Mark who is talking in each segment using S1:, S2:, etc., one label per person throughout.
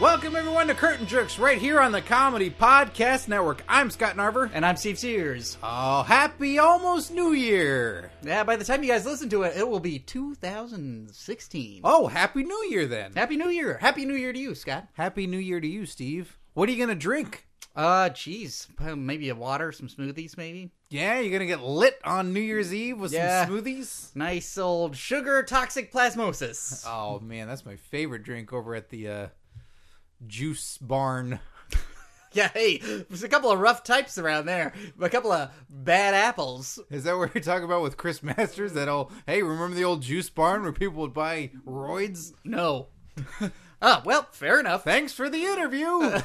S1: Welcome everyone to Curtain Jerks right here on the Comedy Podcast Network. I'm Scott Narver.
S2: And I'm Steve Sears.
S1: Oh, happy almost New Year!
S2: Yeah, by the time you guys listen to it, it will be 2016.
S1: Oh, happy New Year then.
S2: Happy New Year. Happy New Year to you, Scott.
S1: Happy New Year to you, Steve. What are you gonna drink?
S2: Uh, geez. Maybe a water, some smoothies, maybe.
S1: Yeah, you're gonna get lit on New Year's Eve with
S2: Yeah.
S1: some smoothies.
S2: Nice old sugar toxic plasmosis. Uh,
S1: Oh man, that's my favorite drink over at the uh, juice barn.
S2: yeah, hey, there's a couple of rough types around there. A couple of bad apples.
S1: Is that what you're talking about with Chris Masters? That old hey, remember the old juice barn where people would buy roids?
S2: No. oh, well, fair enough.
S1: Thanks for the interview.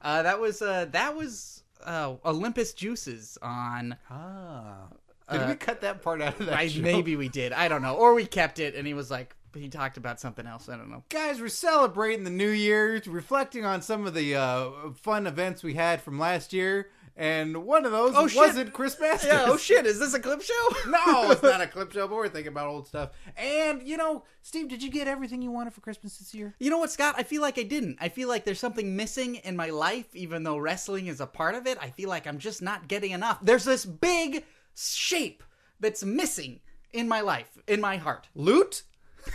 S2: Uh, that was, uh, that was, uh, Olympus Juices on
S1: ah, did we cut that part out of that?
S2: Uh, I,
S1: show?
S2: maybe we did. I don't know. Or we kept it, and he was like, he talked about something else. I don't know.
S1: guys, we're celebrating the new year, reflecting on some of the uh, fun events we had from last year, and one of those
S2: Oh, shit.
S1: wasn't Chris Masters.
S2: Yeah. Oh shit! Is this a clip show?
S1: no, it's not a clip show, but we're thinking about old stuff. And you know, Steve, did you get everything you wanted for Christmas this year?
S2: You know what, Scott? I feel like I didn't. I feel like there's something missing in my life, even though wrestling is a part of it. I feel like I'm just not getting enough. There's this big shape that's missing in my life, in my heart.
S1: Loot?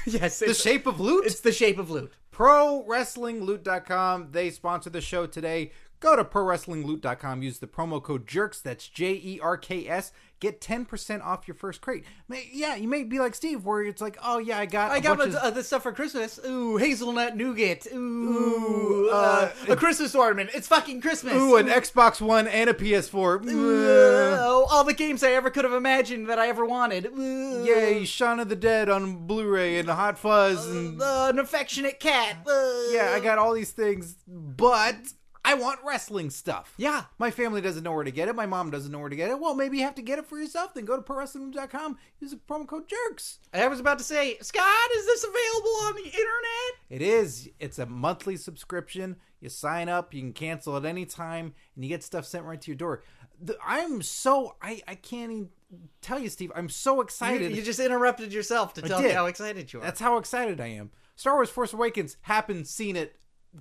S2: yes,
S1: The
S2: it's,
S1: shape of loot?
S2: it's the shape of loot.
S1: ProWrestlingLoot.com. They sponsor the show today. Go to ProWrestlingLoot.com. Use the promo code JERKS. That's J E R K S. Get 10% off your first crate. May, yeah, you may be like Steve, where it's like, oh, yeah, I got
S2: I
S1: a
S2: got
S1: bunch
S2: my,
S1: of-
S2: uh, this stuff for Christmas. Ooh, hazelnut nougat. Ooh, uh, a Christmas ornament. It's fucking Christmas.
S1: Ooh, an Xbox One and a PS4. Ooh.
S2: Oh, all the games I ever could have imagined that I ever wanted. Ooh.
S1: Yay, Shaun of the Dead on Blu ray and Hot Fuzz. And,
S2: Uh, an affectionate cat. Uh, Ooh.
S1: Mm. yeah, I got all these things, but I want wrestling stuff.
S2: Yeah.
S1: My family doesn't know where to get it. My mom doesn't know where to get it. Well, maybe you have to get it for yourself. Then go to prowrestling.com. Use the promo code JERKS.
S2: I was about to say, Scott, is this available on the internet?
S1: It is. It's a monthly subscription. You sign up, you can cancel at any time, and you get stuff sent right to your door. The, I'm so I I can't even tell you, Steve. I'm so excited.
S2: You, you just interrupted yourself to tell me
S1: did.
S2: how excited you are.
S1: That's how excited I am. Star Wars Force Awakens happened, seen it.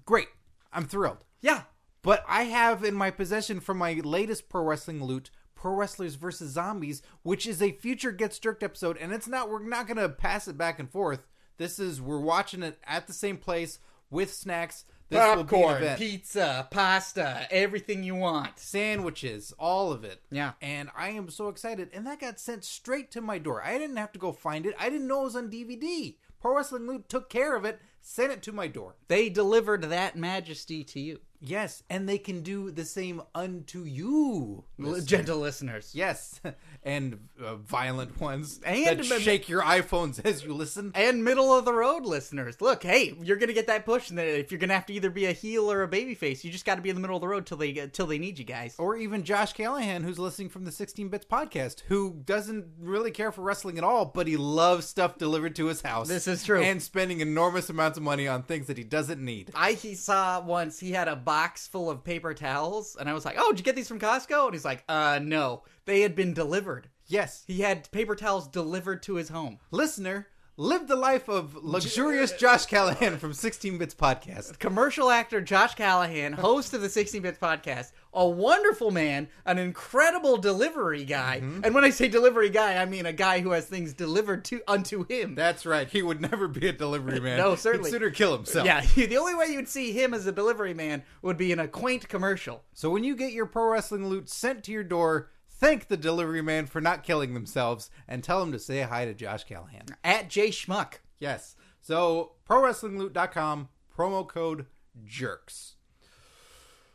S1: Great. I'm thrilled.
S2: yeah.
S1: But I have in my possession from my latest pro wrestling loot, Pro Wrestlers vs. Zombies, which is a future Gets Jerked episode, and it's not we're not gonna pass it back and forth. This is we're watching it at the same place with snacks. This will be an
S2: Popcorn,
S1: event.
S2: pizza, pasta, everything you want.
S1: sandwiches, all of it.
S2: Yeah.
S1: And I am so excited. And that got sent straight to my door. I didn't have to go find it. I didn't know it was on DVD. Pro Wrestling Loot took care of it, sent it to my door.
S2: They delivered that majesty to you.
S1: Yes, and they can do the same unto you.
S2: Gentle listeners.
S1: Yes, and uh, violent ones
S2: And-
S1: that shake your iPhones as you listen.
S2: And middle of the road listeners. Look, hey, you're gonna get that push and then if you're gonna have to either be a heel or a babyface, you just gotta be in the middle of the road till they till they need you guys.
S1: Or even Josh Callahan, who's listening from the 16 Bits podcast, who doesn't really care for wrestling at all, but he loves stuff delivered to his house.
S2: This is true.
S1: And spending enormous amounts of money on things that he doesn't need.
S2: I he saw once he had a box full of paper towels, and I was like, "Oh, did you get these from Costco?" And he's like, "Uh, no, they had been delivered.
S1: Yes.
S2: He had paper towels delivered to his home."
S1: Listener, live the life of luxurious Josh Callahan from 16 Bits podcast.
S2: Commercial actor Josh Callahan, host of the 16 Bits podcast, a wonderful man, an incredible delivery guy. And when I say delivery guy, I mean a guy who has things delivered to unto him.
S1: That's right. He would never be a delivery man.
S2: No, certainly.
S1: He'd sooner kill himself.
S2: yeah, the only way you'd see him as a delivery man would be in a quaint commercial.
S1: So when you get your pro wrestling loot sent to your door, thank the delivery man for not killing themselves and tell him to say hi to Josh Callahan.
S2: At J Schmuck.
S1: Yes. So prowrestlingloot.com promo code jerks.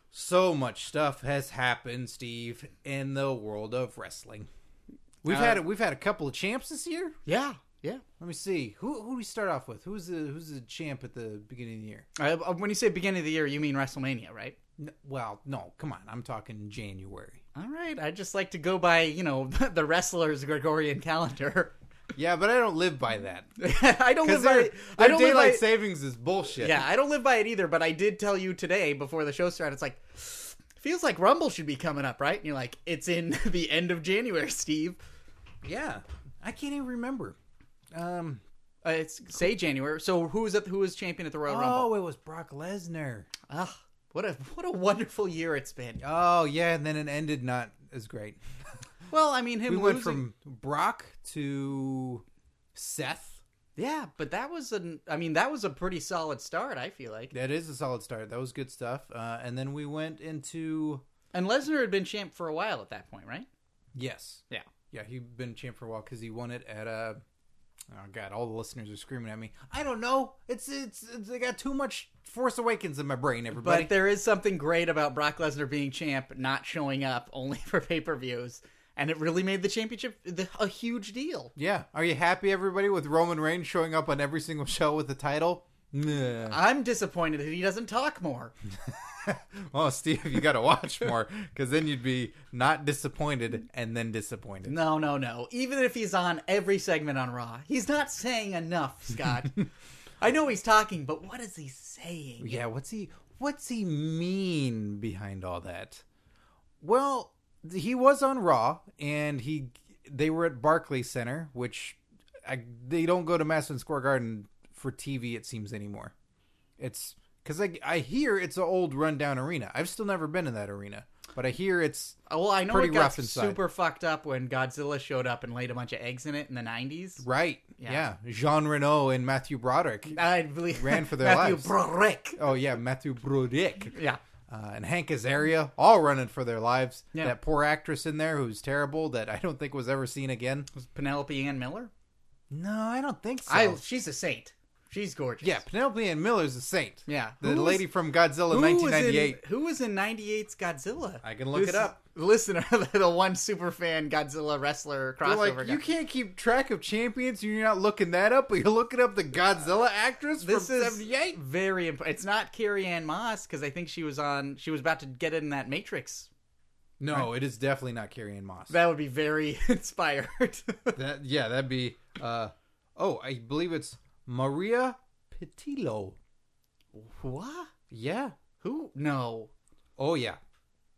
S1: So much stuff has happened, Steve, in the world of wrestling. We've
S2: Uh,
S1: had a, we've had a couple of champs this year.
S2: Yeah, yeah.
S1: Let me see. Who who do we start off with? Who's the who's the champ at the beginning of the year?
S2: Uh, when you say beginning of the year, you mean WrestleMania, right?
S1: N- well, no, come on. I'm talking January.
S2: All right. I just like to go by, you know, the wrestler's Gregorian calendar.
S1: Yeah, but I don't live by that.
S2: I don't live
S1: Because
S2: by.
S1: their,
S2: it.
S1: their
S2: I don't live by.
S1: daylight
S2: it-
S1: savings is bullshit.
S2: yeah, I don't live by it either. But I did tell you today before the show started. It's like feels like Rumble should be coming up, right? And you're like, it's in the end of January, Steve.
S1: yeah. I can't even remember. Um,
S2: Uh, it's say January. So who was at who was champion at the Royal Rumble?
S1: Oh, it was Brock Lesnar.
S2: Ugh, what a what a wonderful year it's been.
S1: Oh yeah, and then it ended not as great.
S2: Well, I mean, him
S1: We
S2: losing.
S1: went from Brock to Seth.
S2: yeah, but that was an. I mean, that was a pretty solid start. I feel like.
S1: That is a solid start. That was good stuff. Uh, and then we went into
S2: And Lesnar had been champ for a while at that point, right?
S1: yes,
S2: Yeah.
S1: yeah. He'd been champ for a while because he won it at uh Oh god, all the listeners are screaming at me. I don't know. It's it's, it's I got too much Force Awakens in my brain. Everybody.
S2: But there is something great about Brock Lesnar being champ, not showing up only for pay per views, and it really made the championship the, a huge deal.
S1: yeah. Are you happy, everybody, with Roman Reigns showing up on every single show with the title? Nah.
S2: I'm disappointed that he doesn't talk more.
S1: Well, Steve, you got to watch more because then you'd be not disappointed and then disappointed.
S2: No, no, no. Even if he's on every segment on Raw, he's not saying enough, Scott. I know he's talking, but what is he saying?
S1: Yeah, what's he? What's he mean behind all that? Well, th- he was on Raw, and he they were at Barclays Center, which I, they don't go to Madison Square Garden for TV. It seems anymore. It's because I I hear it's an old rundown arena. I've still never been in that arena, but I hear it's
S2: Well, I know
S1: Pretty
S2: it got
S1: rough inside.
S2: super fucked up when Godzilla showed up and laid a bunch of eggs in it in the 90s.
S1: right. Yeah,
S2: Yeah.
S1: Jean Reno and Matthew Broderick.
S2: I believe
S1: Ran for their
S2: Matthew
S1: lives.
S2: Broderick.
S1: Oh yeah, Matthew Broderick.
S2: Yeah.
S1: uh, and Hank Azaria all running for their lives.
S2: Yeah.
S1: That poor actress in there who's terrible that I don't think was ever seen again.
S2: Was Penelope Ann Miller?
S1: No, I don't think so.
S2: I she's a saint. She's gorgeous.
S1: yeah, Penelope Ann Miller's a saint.
S2: Yeah.
S1: The
S2: Who was-
S1: lady from Godzilla
S2: Who was in-
S1: 1998.
S2: Who was in 98's Godzilla?
S1: I can look it up.
S2: Listener, the one super fan Godzilla wrestler
S1: They're
S2: crossover
S1: like,
S2: guy.
S1: you can't keep track of champions. You're not looking that up, but you're looking up the Godzilla actress
S2: this
S1: from
S2: is
S1: 78.
S2: very important. It's not Carrie Ann Moss because I think she was on. She was about to get in that Matrix.
S1: No, it is definitely not Carrie Ann Moss.
S2: That would be very inspired.
S1: That- yeah, that'd be. Uh, oh, I believe it's Maria Petillo.
S2: what?
S1: Yeah,
S2: Who? No.
S1: Oh yeah,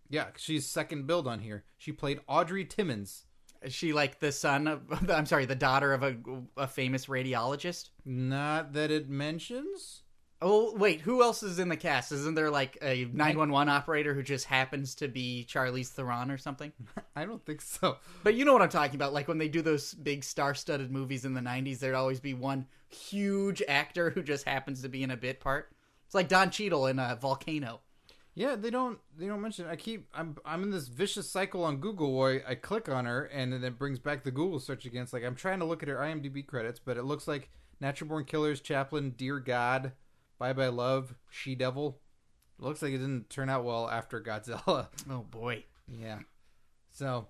S1: yeah. She's second build on here. She played Audrey Timmons.
S2: Is she like the son of? I'm sorry, the daughter of a a famous radiologist.
S1: Not that it mentions.
S2: Oh wait, who else is in the cast? Isn't there like a 911 operator who just happens to be Charlize Theron or something?
S1: I don't think so.
S2: But you know what I'm talking about. Like when they do those big star-studded movies in the 90s, there'd always be one huge actor who just happens to be in a bit part. It's like Don Cheadle in a volcano.
S1: Yeah, they don't. They don't mention. It. I keep. I'm. I'm in this vicious cycle on Google where I, I click on her and then it brings back the Google search again. It's like I'm trying to look at her IMDb credits, but it looks like Natural Born Killers, Chaplin, Dear God, Bye Bye Love, She Devil. It looks like it didn't turn out well after Godzilla.
S2: Oh boy.
S1: yeah. So,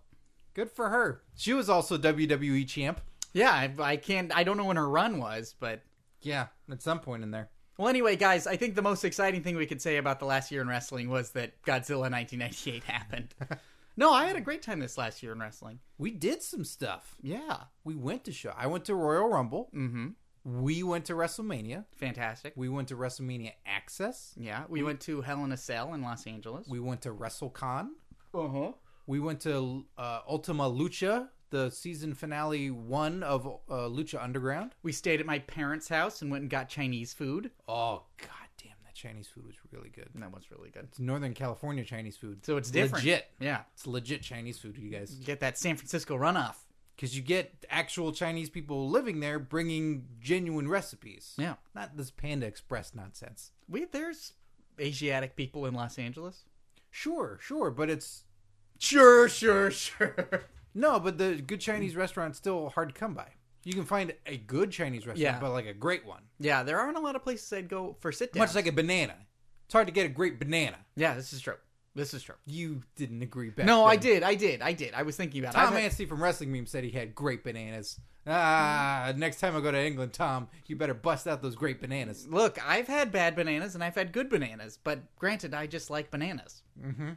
S1: good for her. She was also WWE champ.
S2: Yeah, I, I can't. I don't know when her run was, but
S1: Yeah, at some point in there.
S2: well, anyway, guys, I think the most exciting thing we could say about the last year in wrestling was that Godzilla 1998 happened. no, I had a great time this last year in wrestling.
S1: We did some stuff.
S2: Yeah,
S1: We went to show. I went to Royal Rumble.
S2: mm-hmm.
S1: We went to WrestleMania.
S2: fantastic.
S1: We went to WrestleMania Access.
S2: Yeah, we went to Hell in a Cell in Los Angeles.
S1: We went to WrestleCon.
S2: Uh huh.
S1: We went to uh, Ultima Lucha, the season finale one of uh, Lucha Underground.
S2: We stayed at my parents' house and went and got Chinese food.
S1: Oh god damn, that Chinese food was really good.
S2: And that was really good.
S1: It's Northern California Chinese food.
S2: So it's different.
S1: Legit.
S2: Yeah.
S1: It's legit Chinese food, you guys.
S2: You get that San Francisco runoff.
S1: Because you get actual Chinese people living there bringing genuine recipes.
S2: Yeah.
S1: Not this Panda Express nonsense.
S2: We there's Asiatic people in Los Angeles.
S1: Sure, sure, but it's
S2: Sure, sure, sure.
S1: no, but the good Chinese restaurant's still hard to come by. You can find a good Chinese restaurant,
S2: Yeah.
S1: but like a great one,
S2: Yeah, there aren't a lot of places I'd go for sit down.
S1: much like a banana. It's hard to get a great banana.
S2: Yeah, this is true. This is true.
S1: You didn't agree back.
S2: no, I
S1: then.
S2: did, I did, I did. I was thinking about
S1: Tom
S2: it. I've- Mm.
S1: Anstey from Wrestling Meme said he had great bananas. Ah, next time I go to England, Tom, you better bust out those great bananas.
S2: Look, I've had bad bananas and I've had good bananas, but granted, I just like bananas. Mm-hmm.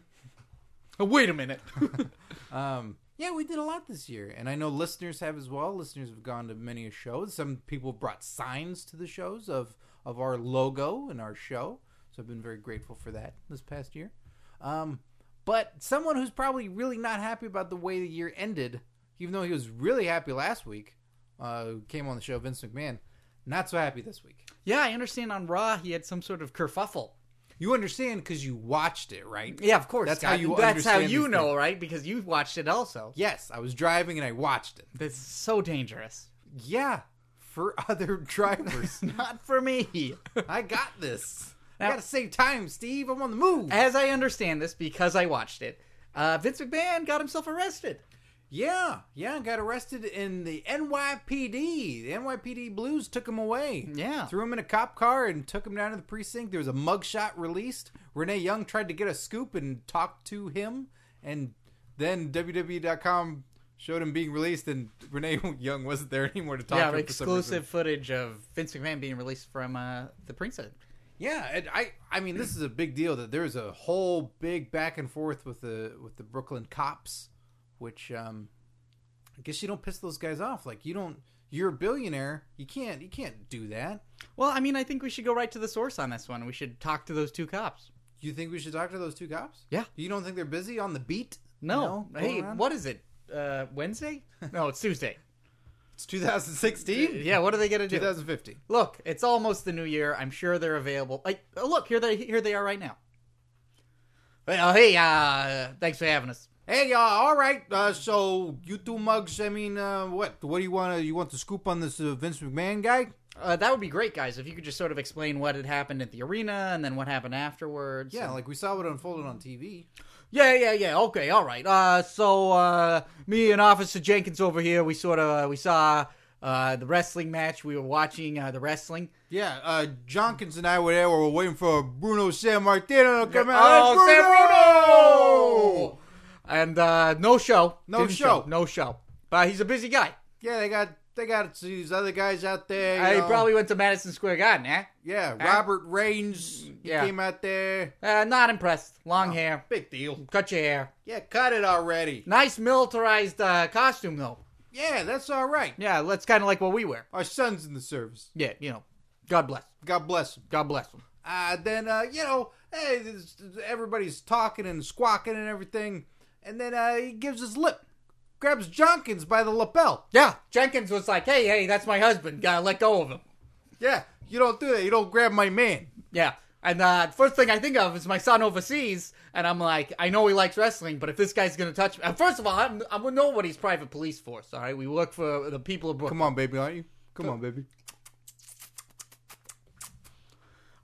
S2: Oh, wait a minute.
S1: Um, yeah, we did a lot this year, and I know listeners have as well. Listeners have gone to many shows. Some people brought signs to the shows of of our logo and our show, so I've been very grateful for that this past year. Um, but someone who's probably really not happy about the way the year ended, even though he was really happy last week, uh, who came on the show, Vince McMahon. Not so happy this week.
S2: Yeah, I understand on Raw he had some sort of kerfuffle.
S1: You understand because you watched it, right?
S2: Yeah, of course.
S1: That's
S2: Scott.
S1: how you
S2: That's how
S1: understand
S2: you
S1: these
S2: know,
S1: things.
S2: right? Because you watched it also.
S1: Yes, I was driving and I watched it.
S2: That's so dangerous.
S1: Yeah, for other drivers.
S2: Not for me.
S1: I got this. I
S2: Now-
S1: gotta save time, Steve. I'm on the move.
S2: As I understand this, because I watched it, uh, Vince McMahon got himself arrested.
S1: Yeah, yeah, got arrested in the NYPD. The NYPD Blues took him away.
S2: Yeah.
S1: Threw him in a cop car and took him down to the precinct. There was a mugshot released. Renee Young tried to get a scoop and talked to him. And then WWE.com showed him being released, and Renee Young wasn't there anymore to talk
S2: yeah,
S1: to him. For some reason.
S2: exclusive footage of Vince McMahon being released from uh, the prison.
S1: Yeah, and I I mean this is a big deal that there's a whole big back and forth with the with the Brooklyn cops, which um I guess you don't piss those guys off. Like you don't you're a billionaire, you can't you can't do that.
S2: Well, I mean, I think we should go right to the source on this one. We should talk to those two cops.
S1: You think we should talk to those two cops?
S2: Yeah.
S1: You don't think they're busy on the beat?
S2: No,
S1: No?
S2: hey,
S1: Going on?
S2: what is it? Uh, Wednesday? No, it's Tuesday.
S1: It's 2016,
S2: yeah, what are they gonna do?
S1: 2015.
S2: Look, it's almost the new year. I'm sure they're available. Like, oh, look here they here they are right now. Well, hey, uh, thanks for having us.
S1: Hey, uh, all right. Uh, so you two mugs. I mean, uh, what? What do you want? to You want the scoop on this uh, Vince McMahon guy?
S2: Uh, that would be great, guys, if you could just sort of explain what had happened at the arena and then what happened afterwards.
S1: Yeah, like we saw what unfolded on TV.
S2: yeah, yeah, yeah. Okay, all right. Uh, so uh, me and Officer Jenkins over here, we sort of uh, we saw uh, the wrestling match. We were watching uh, the wrestling.
S1: Yeah, uh, Jonkins and I were there. We were waiting for Bruno San Martino to come out.
S2: Oh,
S1: Hey,
S2: San Bruno! And uh, no show.
S1: No
S2: Didn't
S1: show.
S2: No show. But he's a busy guy.
S1: Yeah, they got they got these other guys out there. you
S2: Uh, he
S1: know.
S2: probably went to Madison Square Garden, eh?
S1: yeah. Robert Reigns he
S2: Yeah.
S1: came out there.
S2: Uh, not impressed. Long hair.
S1: Big deal.
S2: Cut your hair.
S1: Yeah, cut it already.
S2: Nice militarized uh, costume, though.
S1: Yeah, that's all right.
S2: Yeah, that's kind of like what we wear.
S1: Our son's in the service.
S2: Yeah, you know. God bless.
S1: God bless him.
S2: God bless him.
S1: Uh, then uh, you know, hey, this, everybody's talking and squawking and everything, and then uh, he gives his lip, grabs Jonkins by the lapel.
S2: Yeah, Jenkins was like, hey, hey, that's my husband. Gotta let go of him.
S1: Yeah, you don't do that. You don't grab my man.
S2: Yeah. And uh, first thing I think of is my son overseas, and I'm like, I know he likes wrestling, but if this guy's gonna touch me, and first of all, I'm, I'm nobody's private police force. All right, we work for the people of Brooklyn.
S1: Come on, baby, aren't you? Come on, baby.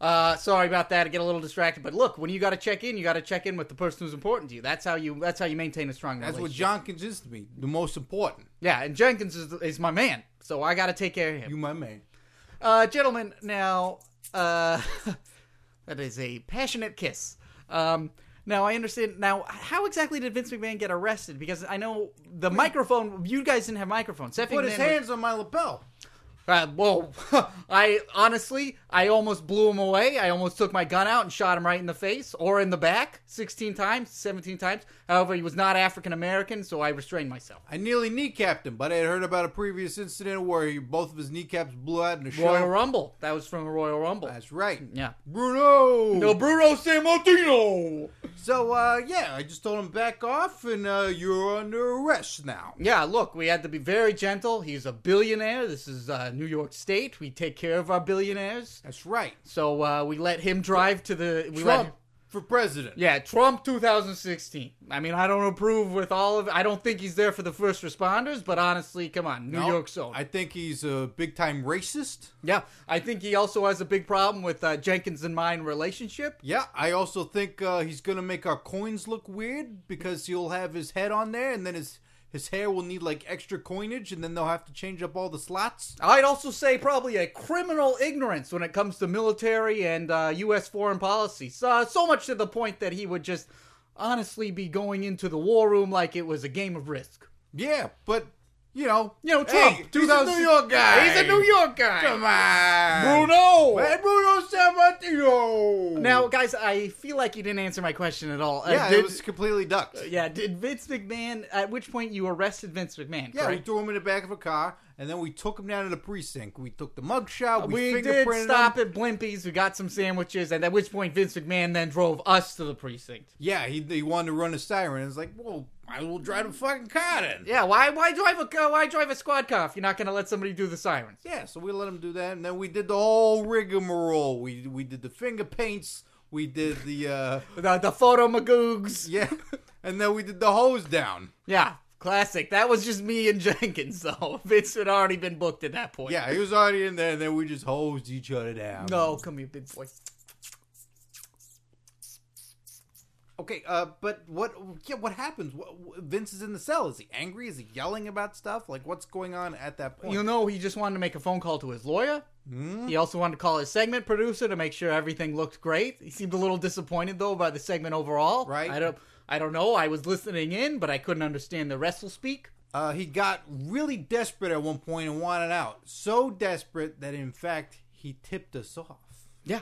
S2: Uh, sorry about that. I get a little distracted, but look, when you got to check in, you got to check in with the person who's important to you. That's how you. That's how you maintain a strong
S1: That's what
S2: relationship.
S1: Jonkins is to me. The most important.
S2: yeah, and Jenkins is, is my man, so I got to take care of him.
S1: You my man.
S2: Uh, gentlemen, now, uh, that is a passionate kiss. Um, now I understand. Now, how exactly did Vince McMahon get arrested? Because I know the microphone. You guys didn't have microphones. Stephanie
S1: Put his
S2: McMahon was-
S1: hands on my lapel.
S2: Uh, whoa! I honestly, I almost blew him away. I almost took my gun out and shot him right in the face or in the back, sixteen times, seventeen times. However, he was not African American, so I restrained myself.
S1: I nearly kneecapped him, but I had heard about a previous incident where he, both of his kneecaps blew out in a
S2: Royal
S1: show.
S2: Rumble. That was from a Royal Rumble.
S1: That's right.
S2: yeah.
S1: Bruno.
S2: No, Bruno San Martino.
S1: So uh, yeah, I just told him back off, and uh, you're under arrest now.
S2: Yeah, look, we had to be very gentle. He's a billionaire. This is uh, New York State. We take care of our billionaires.
S1: That's right.
S2: So uh, we let him drive to the. We Let
S1: Trump
S2: him,
S1: for president.
S2: yeah, Trump 2016. I mean, I don't approve with all of. I don't think he's there for the first responders, but honestly, come on, New
S1: No,
S2: York zone.
S1: I think he's a big time racist.
S2: yeah, I think he also has a big problem with uh, Jenkins and mine relationship.
S1: Yeah, I also think uh, he's gonna make our coins look weird because he'll have his head on there, and then his his hair will need like extra coinage, and then they'll have to change up all the slots.
S2: I'd also say probably a criminal ignorance when it comes to military and uh, U.S. foreign policy. So, so much to the point that he would just honestly be going into the war room like it was a game of risk.
S1: Yeah, but you know,
S2: You know,
S1: hey,
S2: Trump.
S1: he's a
S2: 2000
S1: New York guy.
S2: He's a New York guy.
S1: Come on,
S2: Bruno.
S1: Hey, Bruno Sammartino.
S2: Now, guys, I feel like you didn't answer my question at all. Uh,
S1: yeah,
S2: did, Uh,
S1: it was completely ducked.
S2: yeah. Did Vince McMahon? At which point you arrested Vince McMahon?
S1: Yeah, we
S2: correct?
S1: threw him in the back of a car, and then we took him down to the precinct. We took the mugshot. We,
S2: Uh, We did
S1: fingerprinted him.
S2: stop at Blimpies. We got some sandwiches, and at which point Vince McMahon then drove us to the precinct.
S1: Yeah, he, he wanted to run a siren. It's like, well, I will drive the fucking car then.
S2: Yeah, why why drive a car- why drive a squad car if you're not going to let somebody do the sirens?
S1: Yeah, so we let him do that, and then we did the whole rigmarole. We we did the finger paints. We did the uh
S2: The, the photo magoogs.
S1: yeah, and then we did the hose down.
S2: Yeah, classic. That was just me and Jenkins, though. Vince had already been booked at that point.
S1: Yeah, he was already in there, and then we just hosed each other down.
S2: No, come here, big boy.
S1: Okay, uh, but what? Yeah, what happens? What, Vince is in the cell. Is he angry? Is he yelling about stuff? Like, what's going on at that point?
S2: You know, he just wanted to make a phone call to his lawyer. He also wanted to call his segment producer to make sure everything looked great. He seemed a little disappointed though by the segment overall.
S1: Right.
S2: I don't. I don't know. I was listening in, but I couldn't understand the wrestle speak.
S1: Uh, he got really desperate at one point and wanted out. So desperate that, in fact, he tipped us off.
S2: Yeah,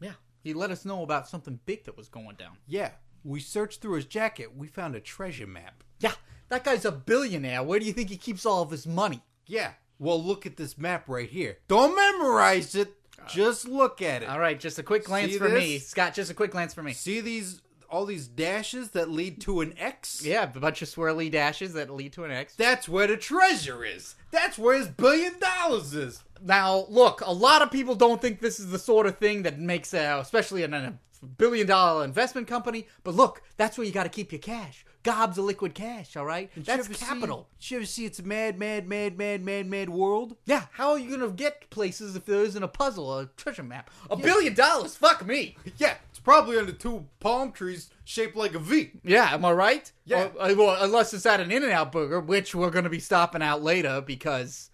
S2: yeah. He let us know about something big that was going down.
S1: Yeah, we searched through his jacket. We found a treasure map.
S2: Yeah, that guy's a billionaire. Where do you think he keeps all of his money?
S1: Yeah, well, look at this map right here. Don't memorize it. Just look at it.
S2: All right, just a quick glance
S1: See
S2: for me,
S1: this?
S2: Scott. Just a quick glance for me.
S1: See these all these dashes that lead to an X?
S2: Yeah, a bunch of swirly dashes that lead to an X.
S1: That's where the treasure is. That's where his billion dollars is.
S2: Now, look, a lot of people don't think this is the sort of thing that makes, uh, especially in a billion dollar investment company, but look, that's where you got to keep your cash. Gobs of liquid cash, all right? That's
S1: Did you ever see-
S2: capital.
S1: Did you ever see it's mad, mad, mad, mad, mad, mad world?
S2: Yeah, how are you going to get places if there isn't a puzzle or a treasure map? A billion dollars? Fuck me.
S1: Yeah, it's probably under two palm trees shaped like a V.
S2: Yeah, am I right?
S1: Yeah.
S2: Or- uh, well, unless it's at an In N Out burger, which we're going to be stopping out later because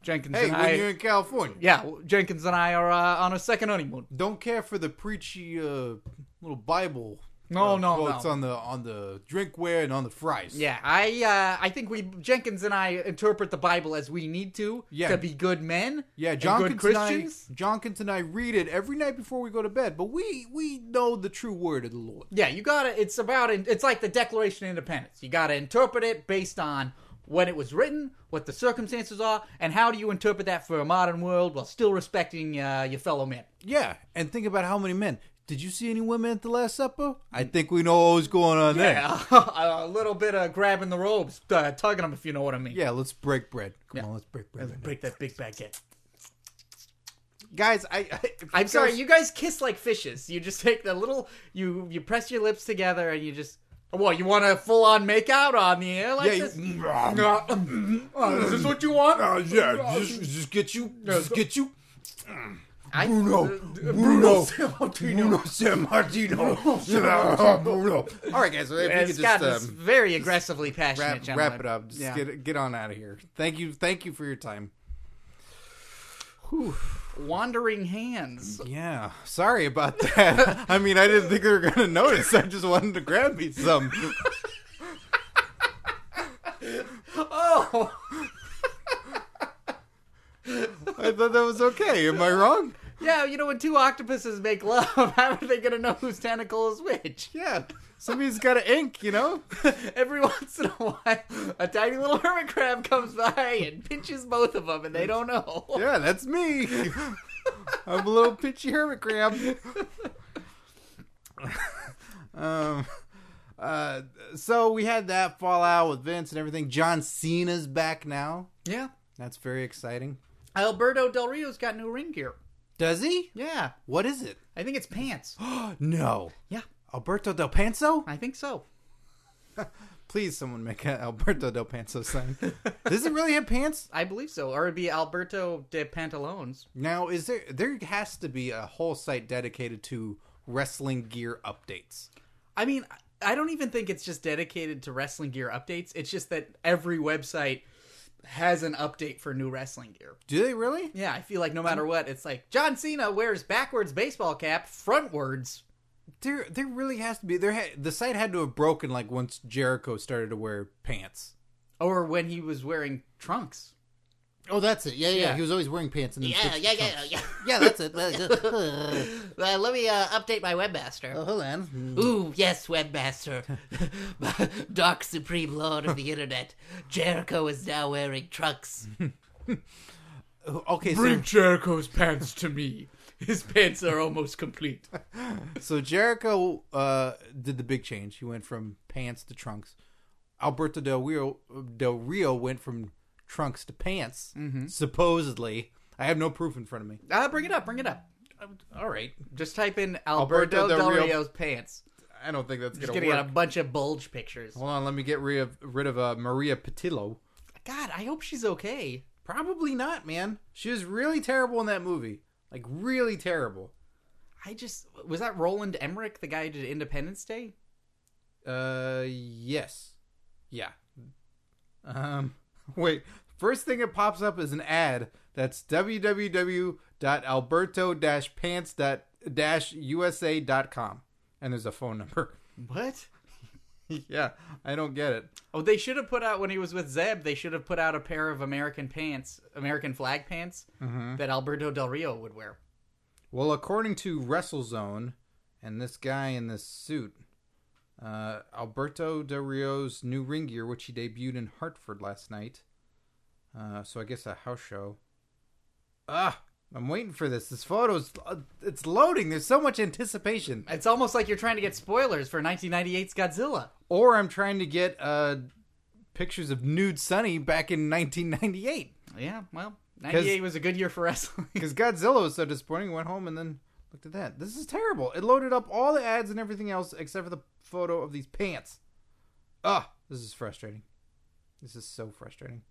S2: Jenkins
S1: Hey,
S2: and
S1: when
S2: I.
S1: you're in California,
S2: yeah, Jenkins and I are uh, on a second honeymoon.
S1: don't care for the preachy uh, little Bible.
S2: No,
S1: uh,
S2: no,
S1: quotes
S2: no.
S1: on the on the drinkware and on the fries.
S2: Yeah, I uh, I think we Jenkins and I interpret the Bible as we need to
S1: Yeah.
S2: to be good men.
S1: yeah.
S2: and
S1: Johnkins
S2: good Christians.
S1: and I, Johnkins and I read it every night before we go to bed, but we we know the true word of the Lord.
S2: Yeah, you got to It's about it's like the Declaration of Independence. You got to interpret it based on when it was written, what the circumstances are, and how do you interpret that for a modern world while still respecting uh, your fellow men.
S1: Yeah, and think about how many men. Did you see any women at the Last Supper? I think we know what was going on there.
S2: Yeah, a little bit of grabbing the robes, uh, tugging them, if you know what I mean.
S1: Yeah, let's break bread. Come on, let's break bread.
S2: Break that big baguette.
S1: Guys, I, I
S2: I'm sorry, you guys kiss like fishes. You just take the little, you you press your lips together and you just. Well, you want a full on makeout on the air like
S1: Yeah,
S2: this?
S1: you,
S2: Oh, is this what you want?
S1: Uh, yeah, just, just get you, just get you,
S2: I-
S1: Bruno,
S2: uh,
S1: Bruno,
S2: Sammartino.
S1: Bruno San Martino, Bruno. All right, guys, if
S2: And
S1: we could
S2: Scott
S1: just
S2: is
S1: um,
S2: very aggressively passionate.
S1: wrap,
S2: gentlemen.
S1: wrap it up, just
S2: Yeah.
S1: get get on out of here. Thank you, thank you for your time.
S2: Wandering hands.
S1: Yeah, sorry about that. I mean, I didn't think they were gonna notice. I just wanted to grab me some.
S2: Oh,
S1: I thought that was okay. Am I wrong?
S2: yeah. You know when two octopuses make love, how are they gonna know whose tentacle is which?
S1: Yeah, somebody's got to ink, you know.
S2: Every once in a while, a tiny little hermit crab comes by and pinches both of them, and they don't know.
S1: Yeah, that's me. I'm a little pitchy hermit crab. um, uh, so we had that fallout with Vince and everything. John Cena's back now.
S2: Yeah.
S1: That's very exciting.
S2: Alberto Del Rio's got new ring gear.
S1: Does he?
S2: Yeah.
S1: What is it?
S2: I think it's pants.
S1: no.
S2: yeah,
S1: Alberto Del Panzo?
S2: I think so.
S1: Please, someone make an Alberto Del Panzo sign. Does it really have pants?
S2: I believe so. Or it'd be Alberto de Pantalones.
S1: Now, is there? There has to be a whole site dedicated to wrestling gear updates.
S2: I mean, I don't even think it's just dedicated to wrestling gear updates. It's just that every website has an update for new wrestling gear.
S1: Do they really?
S2: Yeah, I feel like no matter what, it's like John Cena wears backwards baseball cap, frontwards.
S1: There, there really has to be. There, ha- the site had to have broken like once Jericho started to wear pants.
S2: Or when he was wearing trunks.
S1: Oh, that's it. Yeah, yeah.
S2: He
S1: was always wearing pants. And
S2: yeah.
S1: yeah. That's it. oh,
S2: Uh, let me uh, update my webmaster.
S1: hold on.
S2: Ooh, yes, webmaster. Dark supreme lord of the internet. Jericho is now wearing trunks.
S1: Okay, so,
S2: Bring Jericho's pants to me. His pants are almost complete.
S1: so Jericho uh, did the big change. He went from pants to trunks. Alberto Del Rio, Del Rio went from trunks to pants, supposedly. I have no proof in front of me.
S2: Ah, bring it up, bring it up.
S1: All right.
S2: Just type in Alberto,
S1: Alberto Del
S2: Del
S1: Rio-
S2: Rio's pants.
S1: I don't think that's
S2: Just
S1: going to
S2: getting
S1: work.
S2: out a bunch of bulge pictures.
S1: Hold on, let me get rid of, rid of uh, Maria Patillo.
S2: God, I hope she's okay.
S1: Probably not, man. She was really terrible in that movie. Like, really terrible.
S2: I just was that Roland Emmerich, the guy who did Independence Day.
S1: Uh, yes. Yeah. Um, wait. First thing that pops up is an ad that's www.alberto-pants-usa.com. And there's a phone number.
S2: What?
S1: yeah, I don't get it.
S2: Oh, they should have put out when he was with Zeb. They should have put out a pair of American pants, American flag pants, that Alberto Del Rio would wear.
S1: Well, according to WrestleZone and this guy in this suit, uh, Alberto Del Rio's new ring gear, which he debuted in Hartford last night. Uh, so I guess a house show. Ah, I'm waiting for this. This photo's uh, it's loading. There's so much anticipation.
S2: It's almost like you're trying to get spoilers for 1998's Godzilla.
S1: Or I'm trying to get uh, pictures of nude Sunny back in 1998
S2: Yeah, well, 98 was a good year for wrestling.
S1: because Godzilla was so disappointing. Went home and then looked at that. This is terrible. It loaded up all the ads and everything else except for the photo of these pants. Ugh, this is frustrating. This is so frustrating.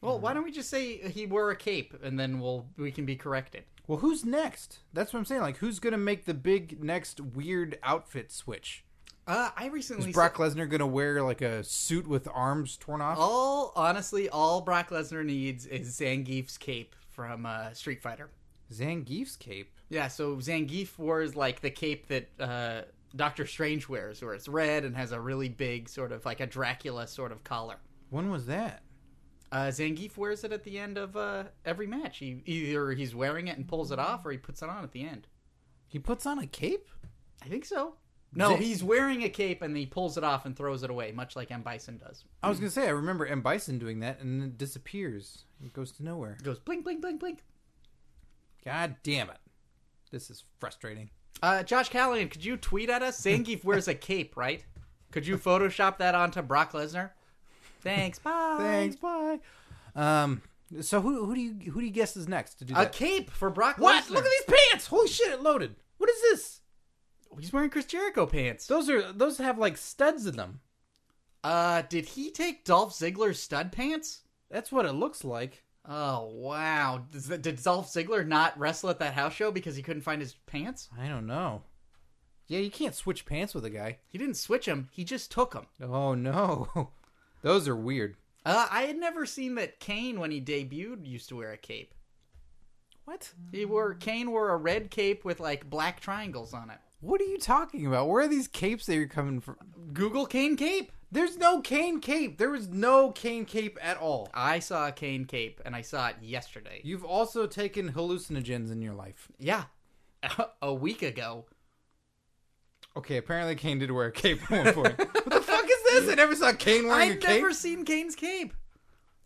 S2: well, why don't we just say he wore a cape and then we'll we can be corrected.
S1: Well, who's next? That's what I'm saying. Like, who's gonna make the big next weird outfit switch?
S2: Uh, I recently
S1: Is Brock Lesnar gonna wear like a suit with arms torn off?
S2: all honestly all Brock Lesnar needs is Zangief's cape from uh, Street Fighter.
S1: Zangief's cape.
S2: Yeah, so Zangief wears like the cape that uh, Doctor Strange wears, where it's red and has a really big sort of like a Dracula sort of collar.
S1: When was that?
S2: Uh, Zangief wears it at the end of uh, every match. He either he's wearing it and pulls it off, or he puts it on at the end.
S1: He puts on a cape.
S2: I think so. No,
S1: Zan-
S2: he's wearing a cape and he pulls it off and throws it away, much like M Bison does.
S1: I was gonna say I remember M Bison doing that, and it disappears. It goes to nowhere.
S2: It goes blink, blink, blink, blink.
S1: God damn it! This is frustrating.
S2: Uh, Josh Callahan, could you tweet at us? Zangief wears a cape, right? Could you Photoshop that onto Brock Lesnar? Thanks. Bye.
S1: Thanks. Bye. Um. So who who do you who do you guess is next to do
S2: A
S1: that?
S2: cape for Brock
S1: what?
S2: Lesnar.
S1: Look at these pants! Holy shit! It loaded. What is this?
S2: He's wearing Chris Jericho pants.
S1: Those are those have like studs in them.
S2: Uh, did he take Dolph Ziggler's stud pants?
S1: That's what it looks like.
S2: Oh wow! Does that- Did Dolph Ziggler not wrestle at that house show because he couldn't find his pants?
S1: I don't know. Yeah, you can't switch pants with a guy.
S2: He didn't switch them. He just took them.
S1: Oh no, those are weird.
S2: Uh, I had never seen that Kane when he debuted used to wear a cape.
S1: What?
S2: He wore
S1: Mm.
S2: Kane wore a red cape with like black triangles on it.
S1: What are you talking about? Where are these capes that you're coming from?
S2: Google Kane cape.
S1: There's no cane cape. There was no cane cape at all.
S2: I saw a Kane cape and I saw it yesterday.
S1: You've also taken hallucinogens in your life.
S2: yeah, a week ago.
S1: Okay, apparently Kane did wear a cape at one point. what the fuck is this? I never saw Kane wearing a
S2: I've
S1: cape.
S2: never seen Kane's cape.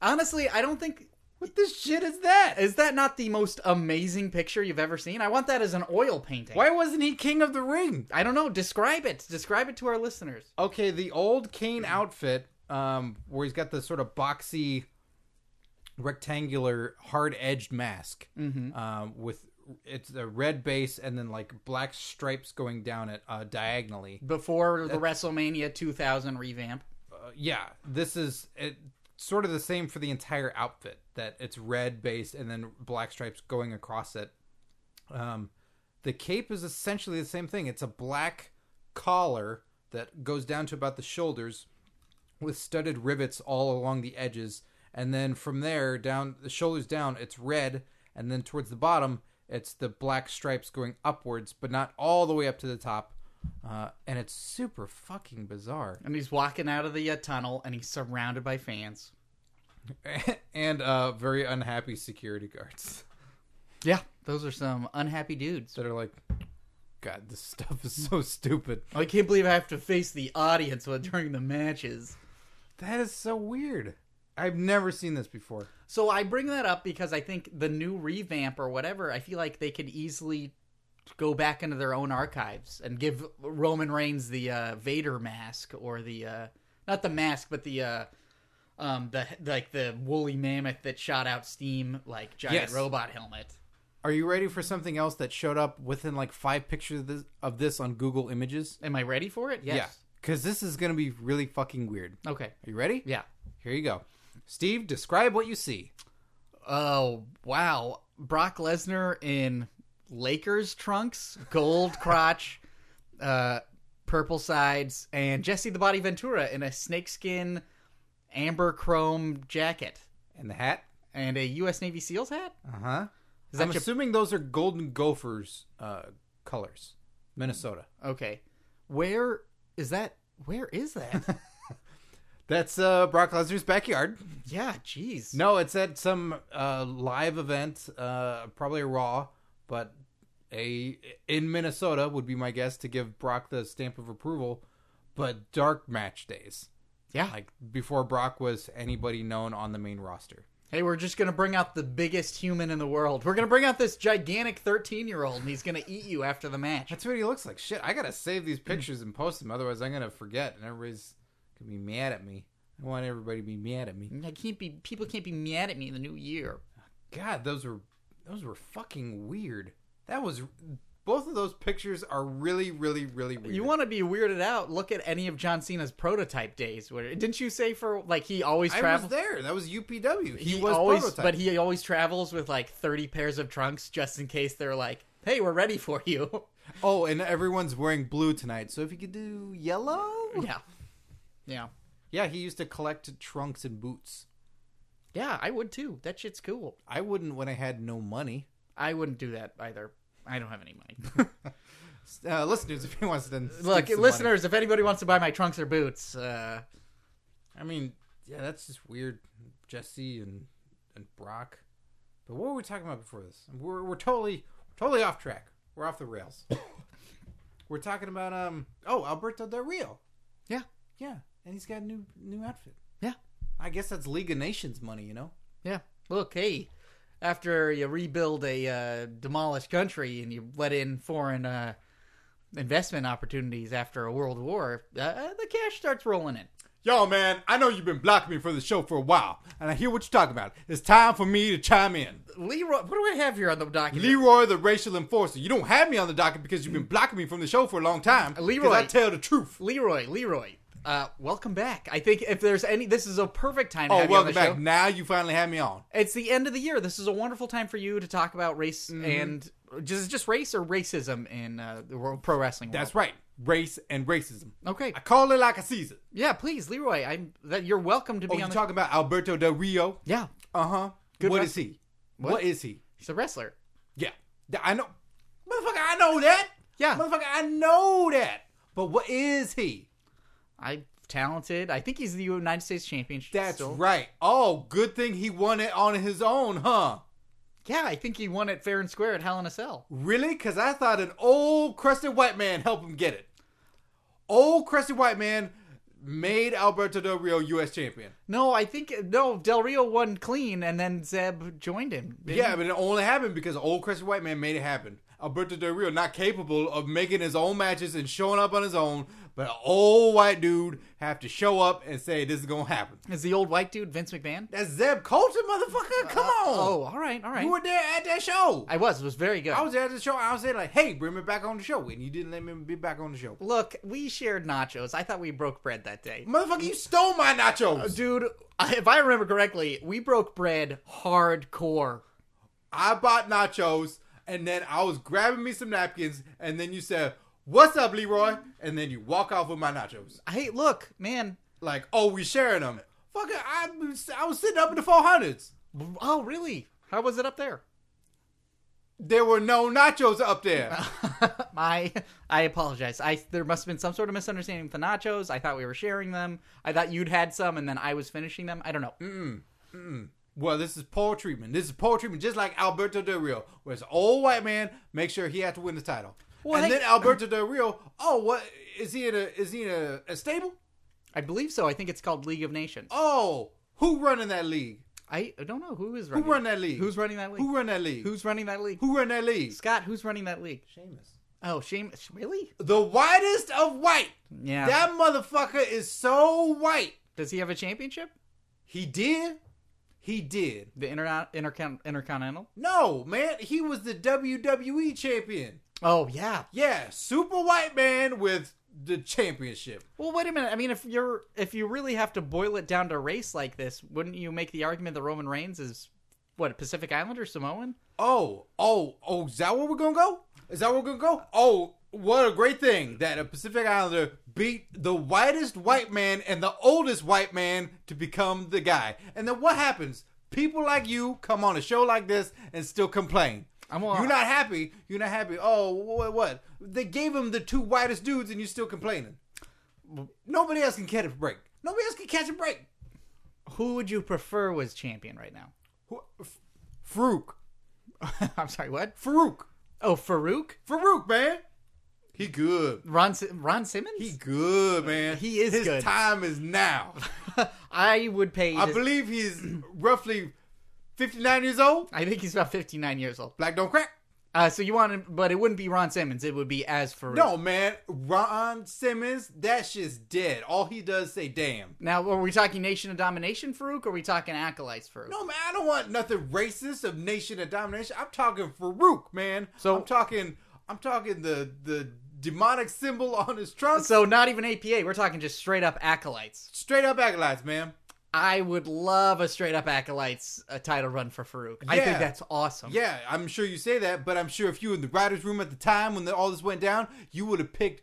S2: Honestly, I don't think
S1: What the shit is that?
S2: Is that not the most amazing picture you've ever seen? I want that as an oil painting.
S1: Why wasn't he king of the ring?
S2: I don't know. Describe it. Describe it to our listeners.
S1: Okay, the old Kane outfit, um, where he's got the sort of boxy, rectangular, hard-edged mask, um, with it's a red base and then like black stripes going down it uh, diagonally.
S2: Before the WrestleMania 2000 revamp.
S1: yeah, this is it, sort of the same for the entire outfit that it's red based and then black stripes going across it. Um, the cape is essentially the same thing. It's a black collar that goes down to about the shoulders with studded rivets all along the edges. And then from there down the shoulders down, it's red. And then towards the bottom, it's the black stripes going upwards, but not all the way up to the top. Uh, and it's super fucking bizarre.
S2: And he's walking out of the uh, tunnel and he's surrounded by fans.
S1: and uh, very unhappy security guards
S2: Yeah. Those are some unhappy dudes.
S1: that are like, God, this stuff is so stupid.
S2: Oh, I can't believe I have to face the audience when- during the matches.
S1: That is so weird. I've never seen this before.
S2: So I bring that up because I think the new revamp or whatever, I feel like they could easily go back into their own archives and give Roman Reigns the uh, Vader mask or the uh, not the mask but the uh, um the like the woolly mammoth that shot out steam like giant
S1: Yes.
S2: robot helmet.
S1: Are you ready for something else that showed up within like five pictures of this, of this on Google Images?
S2: Am I ready for it? Yes.
S1: Because this is going to be really fucking weird.
S2: Okay.
S1: Are you ready?
S2: Yeah.
S1: Here you go. Steve, describe what you see.
S2: Oh wow, Brock Lesnar in Lakers trunks, gold crotch, uh, purple sides, and Jesse the Body Ventura in a snakeskin amber chrome jacket
S1: And the hat?
S2: and a U.S. Navy SEALs hat.
S1: Uh huh.
S2: that
S1: I'm
S2: your-
S1: assuming those are Golden Gophers uh, colors. Minnesota.
S2: Okay, where is that? Where is that?
S1: That's uh, Brock Lesnar's backyard.
S2: yeah, jeez.
S1: No, it's at some uh, live event, uh, probably Raw, but a in Minnesota would be my guess to give Brock the stamp of approval. But dark match days,
S2: Yeah.
S1: like before Brock was anybody known on the main roster.
S2: Hey, we're just gonna bring out the biggest human in the world. We're gonna bring out this gigantic thirteen-year-old, and he's gonna eat you after the match.
S1: That's what he looks like. Shit, I gotta save these pictures and post them, otherwise I'm gonna forget, and everybody's gonna be mad at me. I want everybody to be mad at me.
S2: I can't be. People can't be mad at me in the new year.
S1: God, those were those were fucking weird. That was both of those pictures are really, really, really weird.
S2: You want to be weirded out? Look at any of John Cena's prototype days. Where didn't you say for like he always
S1: I was
S2: travels?
S1: there. That was UPW. He, was
S2: always,
S1: prototype.
S2: but he always travels with like thirty pairs of trunks just in case they're like, "Hey, we're ready for you."
S1: oh, and everyone's wearing blue tonight. So if you could do yellow,
S2: yeah, yeah,
S1: yeah, he used to collect trunks and boots.
S2: yeah. I would too. That shit's cool.
S1: I wouldn't when I had no money.
S2: I wouldn't do that either. I don't have any money.
S1: Uh, listeners, if you want to
S2: Look, listeners, if anybody wants to buy my trunks or boots, uh,
S1: I mean, yeah, that's just weird. Jesse and and Brock. But what were we talking about before this? We're we're totally totally off track. We're off the rails. we're talking about um oh Alberto Del Rio.
S2: Yeah.
S1: yeah, and he's got a new new outfit.
S2: Yeah.
S1: I guess that's League of Nations money, you know.
S2: Yeah. Look, hey, after you rebuild a uh, demolished country and you let in foreign uh, investment opportunities after a world war, uh, the cash starts rolling in.
S1: Yo, man, I know you've been blocking me for the show for a while, and I hear what you're talking about. It's time for me to chime in.
S2: Leroy, what do I have here on the document?
S1: Leroy, the racial enforcer, you don't have me on the docket because you've been blocking me from the show for a long time. 'cause
S2: Mm. Uh, Leroy.
S1: I tell the truth.
S2: Leroy, Leroy, uh, welcome back. I think if there's any, this is a perfect time to
S1: Oh,
S2: have
S1: welcome
S2: you on
S1: back.
S2: the show. Oh.
S1: Now you finally have me on.
S2: It's the end of the year. This is a wonderful time for you to talk about race and just just race or racism in uh, the world, pro wrestling.
S1: That's right. Race and racism.
S2: world. okay.
S1: I call it like I sees it.
S2: Yeah, please, Leroy. I'm that you're welcome to be
S1: Oh, you
S2: on the
S1: talking about Alberto Del Rio?
S2: Yeah,
S1: Uh huh.
S2: Good
S1: What
S2: rec-
S1: is he? what is he?
S2: he's a wrestler.
S1: Yeah. Th- I know. Motherfucker, I know that.
S2: Yeah.
S1: Motherfucker, I know that. But what is he?
S2: I talented. I think he's the United States champion.
S1: That's
S2: still.
S1: right. Oh, good thing he won it on his own, huh?
S2: Yeah, I think he won it fair and square at Hell in a Cell.
S1: Really? Because I thought an old crusted white man helped him get it. Old crusted white man made Alberto Del Rio U.S. champion.
S2: No, I think no. Del Rio won clean, and then Zeb joined him. didn't
S1: Yeah, but it only happened because old crusty white man made it happen. Alberto Del Rio not capable of making his own matches and showing up on his own, but an old white dude have to show up and say this is gonna happen.
S2: he? Is the old white dude Vince McMahon?
S1: That's Zeb Colton, motherfucker. Come on,
S2: Oh, all right, all right.
S1: you were there at that show. I,
S2: I was. It was very good.
S1: was there at the show. I was there like, hey, bring me back on the show, and you didn't let me be back on the show.
S2: Look, we shared nachos. I thought we broke bread that day.
S1: Motherfucker, you stole my nachos.
S2: Uh, Dude, I- if I remember correctly, we broke bread hardcore.
S1: I bought nachos, and then I was grabbing me some napkins, and then you said, "What's up, Leroy?" And then you walk off with my nachos.
S2: Hey, look, man.
S1: like, oh, we sharing them. Fucking, I, I was sitting up in the 400s.
S2: Oh, really? How was it up there?
S1: There were no nachos up there.
S2: My, I apologize. I there must have been some sort of misunderstanding with the nachos. I thought we were sharing them. I thought you'd had some, and then I was finishing them. I don't know. Mm,
S1: well, this is poor treatment. This is poor treatment, just like Alberto Del Rio, where it's old white man make sure he had to win the title.
S2: Well,
S1: and
S2: they-
S1: then Alberto Del Rio, oh, what is he in a is he in a, a stable?
S2: I believe so. I think it's called League of Nations.
S1: Oh, Who running that league?
S2: I I don't know who is
S1: Who
S2: running.
S1: run that league?
S2: Who's running that league?
S1: Who run that league?
S2: Who's running that league?
S1: Who run that league?
S2: Scott, who's running that league?
S1: Seamus.
S2: Oh, shame. Really?
S1: The whitest of white.
S2: Yeah.
S1: That motherfucker is so white.
S2: Does he have a championship?
S1: He did. He did.
S2: The inter- intercon- intercontinental?
S1: No, man, he was the WWE champion.
S2: Oh, yeah.
S1: Yeah, super white man with the championship.
S2: Well, wait a minute. I mean, if you're if you really have to boil it down to race like this, wouldn't you make the argument that Roman Reigns is what Pacific Islander Samoan?
S1: Oh, oh, oh, is that where we're gonna go? Is that where we're gonna go? Oh, what a great thing that a Pacific Islander beat the whitest white man and the oldest white man to become the guy. And then what happens? People like you come on a show like this and still complain.
S2: I'm all-
S1: You're not happy. You're not happy. Oh, what? what? They gave him the two whitest dudes, and you're still complaining. Nobody else can catch a break. Nobody else can catch a break.
S2: Who would you prefer was champion right now?
S1: Who- F- Farouk,
S2: I'm sorry, what?
S1: Farouk,
S2: Oh, Farouk?
S1: Farouk, man. He good.
S2: Ron Si- Ron Simmons?
S1: He good, man.
S2: He is
S1: His
S2: good.
S1: time is now.
S2: I would pay.
S1: I
S2: to-
S1: believe he's roughly 59 years old.
S2: I think he's about 59 years old.
S1: Black don't crack.
S2: Uh, so you want to, but it wouldn't be Ron Simmons. It would be as Farouk.
S1: No, man. Ron Simmons, that shit's dead. All he does is say damn.
S2: Now, are we talking Nation of Domination Farouk, or are we talking Acolytes Farouk?
S1: No, man, I don't want nothing racist of nation of domination. I'm talking Farouk, man.
S2: So-
S1: I'm talking I'm talking the the demonic symbol on his trunk.
S2: So not even APA. We're talking just straight up Acolytes.
S1: Straight up acolytes, man.
S2: I would love a straight up Acolytes uh, title run for Farouk. I think
S1: Yeah.
S2: that's awesome.
S1: Yeah, I'm sure you say that, but I'm sure if you were in the writers' room at the time when the, all this went down, you would have picked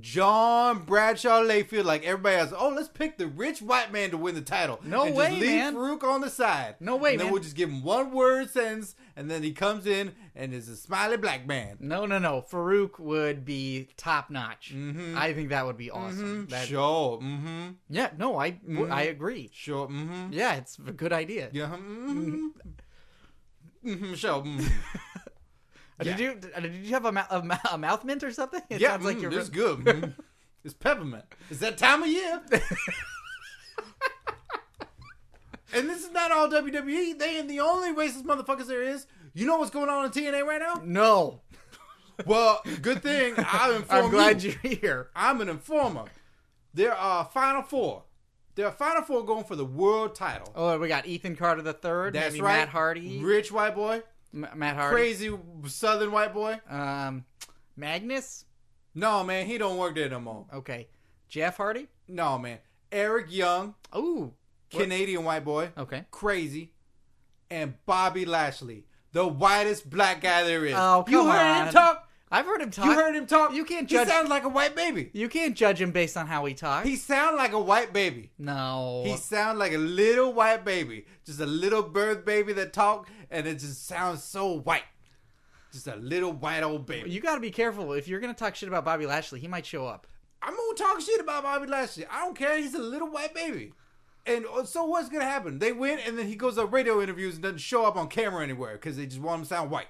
S1: John Bradshaw Layfield like everybody else. Oh, let's pick the rich white man to win the title.
S2: No
S1: and
S2: way,
S1: just leave
S2: man.
S1: Farouk on the side.
S2: No way,
S1: And then
S2: man.
S1: we'll just give him one word sentence, and then he comes in and is a smiley black man.
S2: No, no, no. Farouk would be top notch.
S1: Mm-hmm.
S2: I think that would be awesome. That-
S1: Sure, mm-hmm.
S2: Yeah. No, I w- I agree.
S1: Sure, mm-hmm.
S2: Yeah, it's a good idea.
S1: Yeah, mm-hmm. Mm-hmm, sure, mm.
S2: Uh, Did you did did you have a, mou- a, mou- a mouth mint or something? It
S1: yeah,
S2: sounds like
S1: mm,
S2: you're
S1: it's good. mm. It's peppermint. It's that time of year. and this is not all WWE. They ain't the only racist motherfuckers there is. You know what's going on in TNA right now?
S2: no.
S1: Well, good thing I informed
S2: I'm glad
S1: you.
S2: you're here.
S1: I'm an informer. There are Final Four. There are Final Four going for the world title.
S2: Oh, we got Ethan Carter the third.
S1: That's
S2: maybe
S1: right.
S2: Matt Hardy.
S1: Rich white boy.
S2: M- Matt Hardy.
S1: Crazy southern white boy.
S2: Um, Magnus.
S1: No, man, he don't work there no more.
S2: Okay. Jeff Hardy.
S1: No, man. Eric Young,
S2: Oh.
S1: Canadian white boy.
S2: Okay.
S1: crazy, and Bobby Lashley, the whitest black guy there is.
S2: Oh,
S1: you
S2: come
S1: heard
S2: on.
S1: him talk.
S2: I've heard him talk.
S1: You heard him talk.
S2: You can't
S1: He
S2: judge-
S1: sounds like a white baby.
S2: You can't judge him based on how he talks.
S1: He sound like a white baby.
S2: no.
S1: He sound like a little white baby, just a little bird baby that talk, and it just sounds so white. Just a little white old baby.
S2: You got to be careful. If you're gonna talk shit about Bobby Lashley, he might show up.
S1: I'm gonna talk shit about Bobby Lashley. I don't care. He's a little white baby. And uh, so what's gonna happen? They win, and then he goes on radio interviews and doesn't show up on camera anywhere because they just want him to sound white.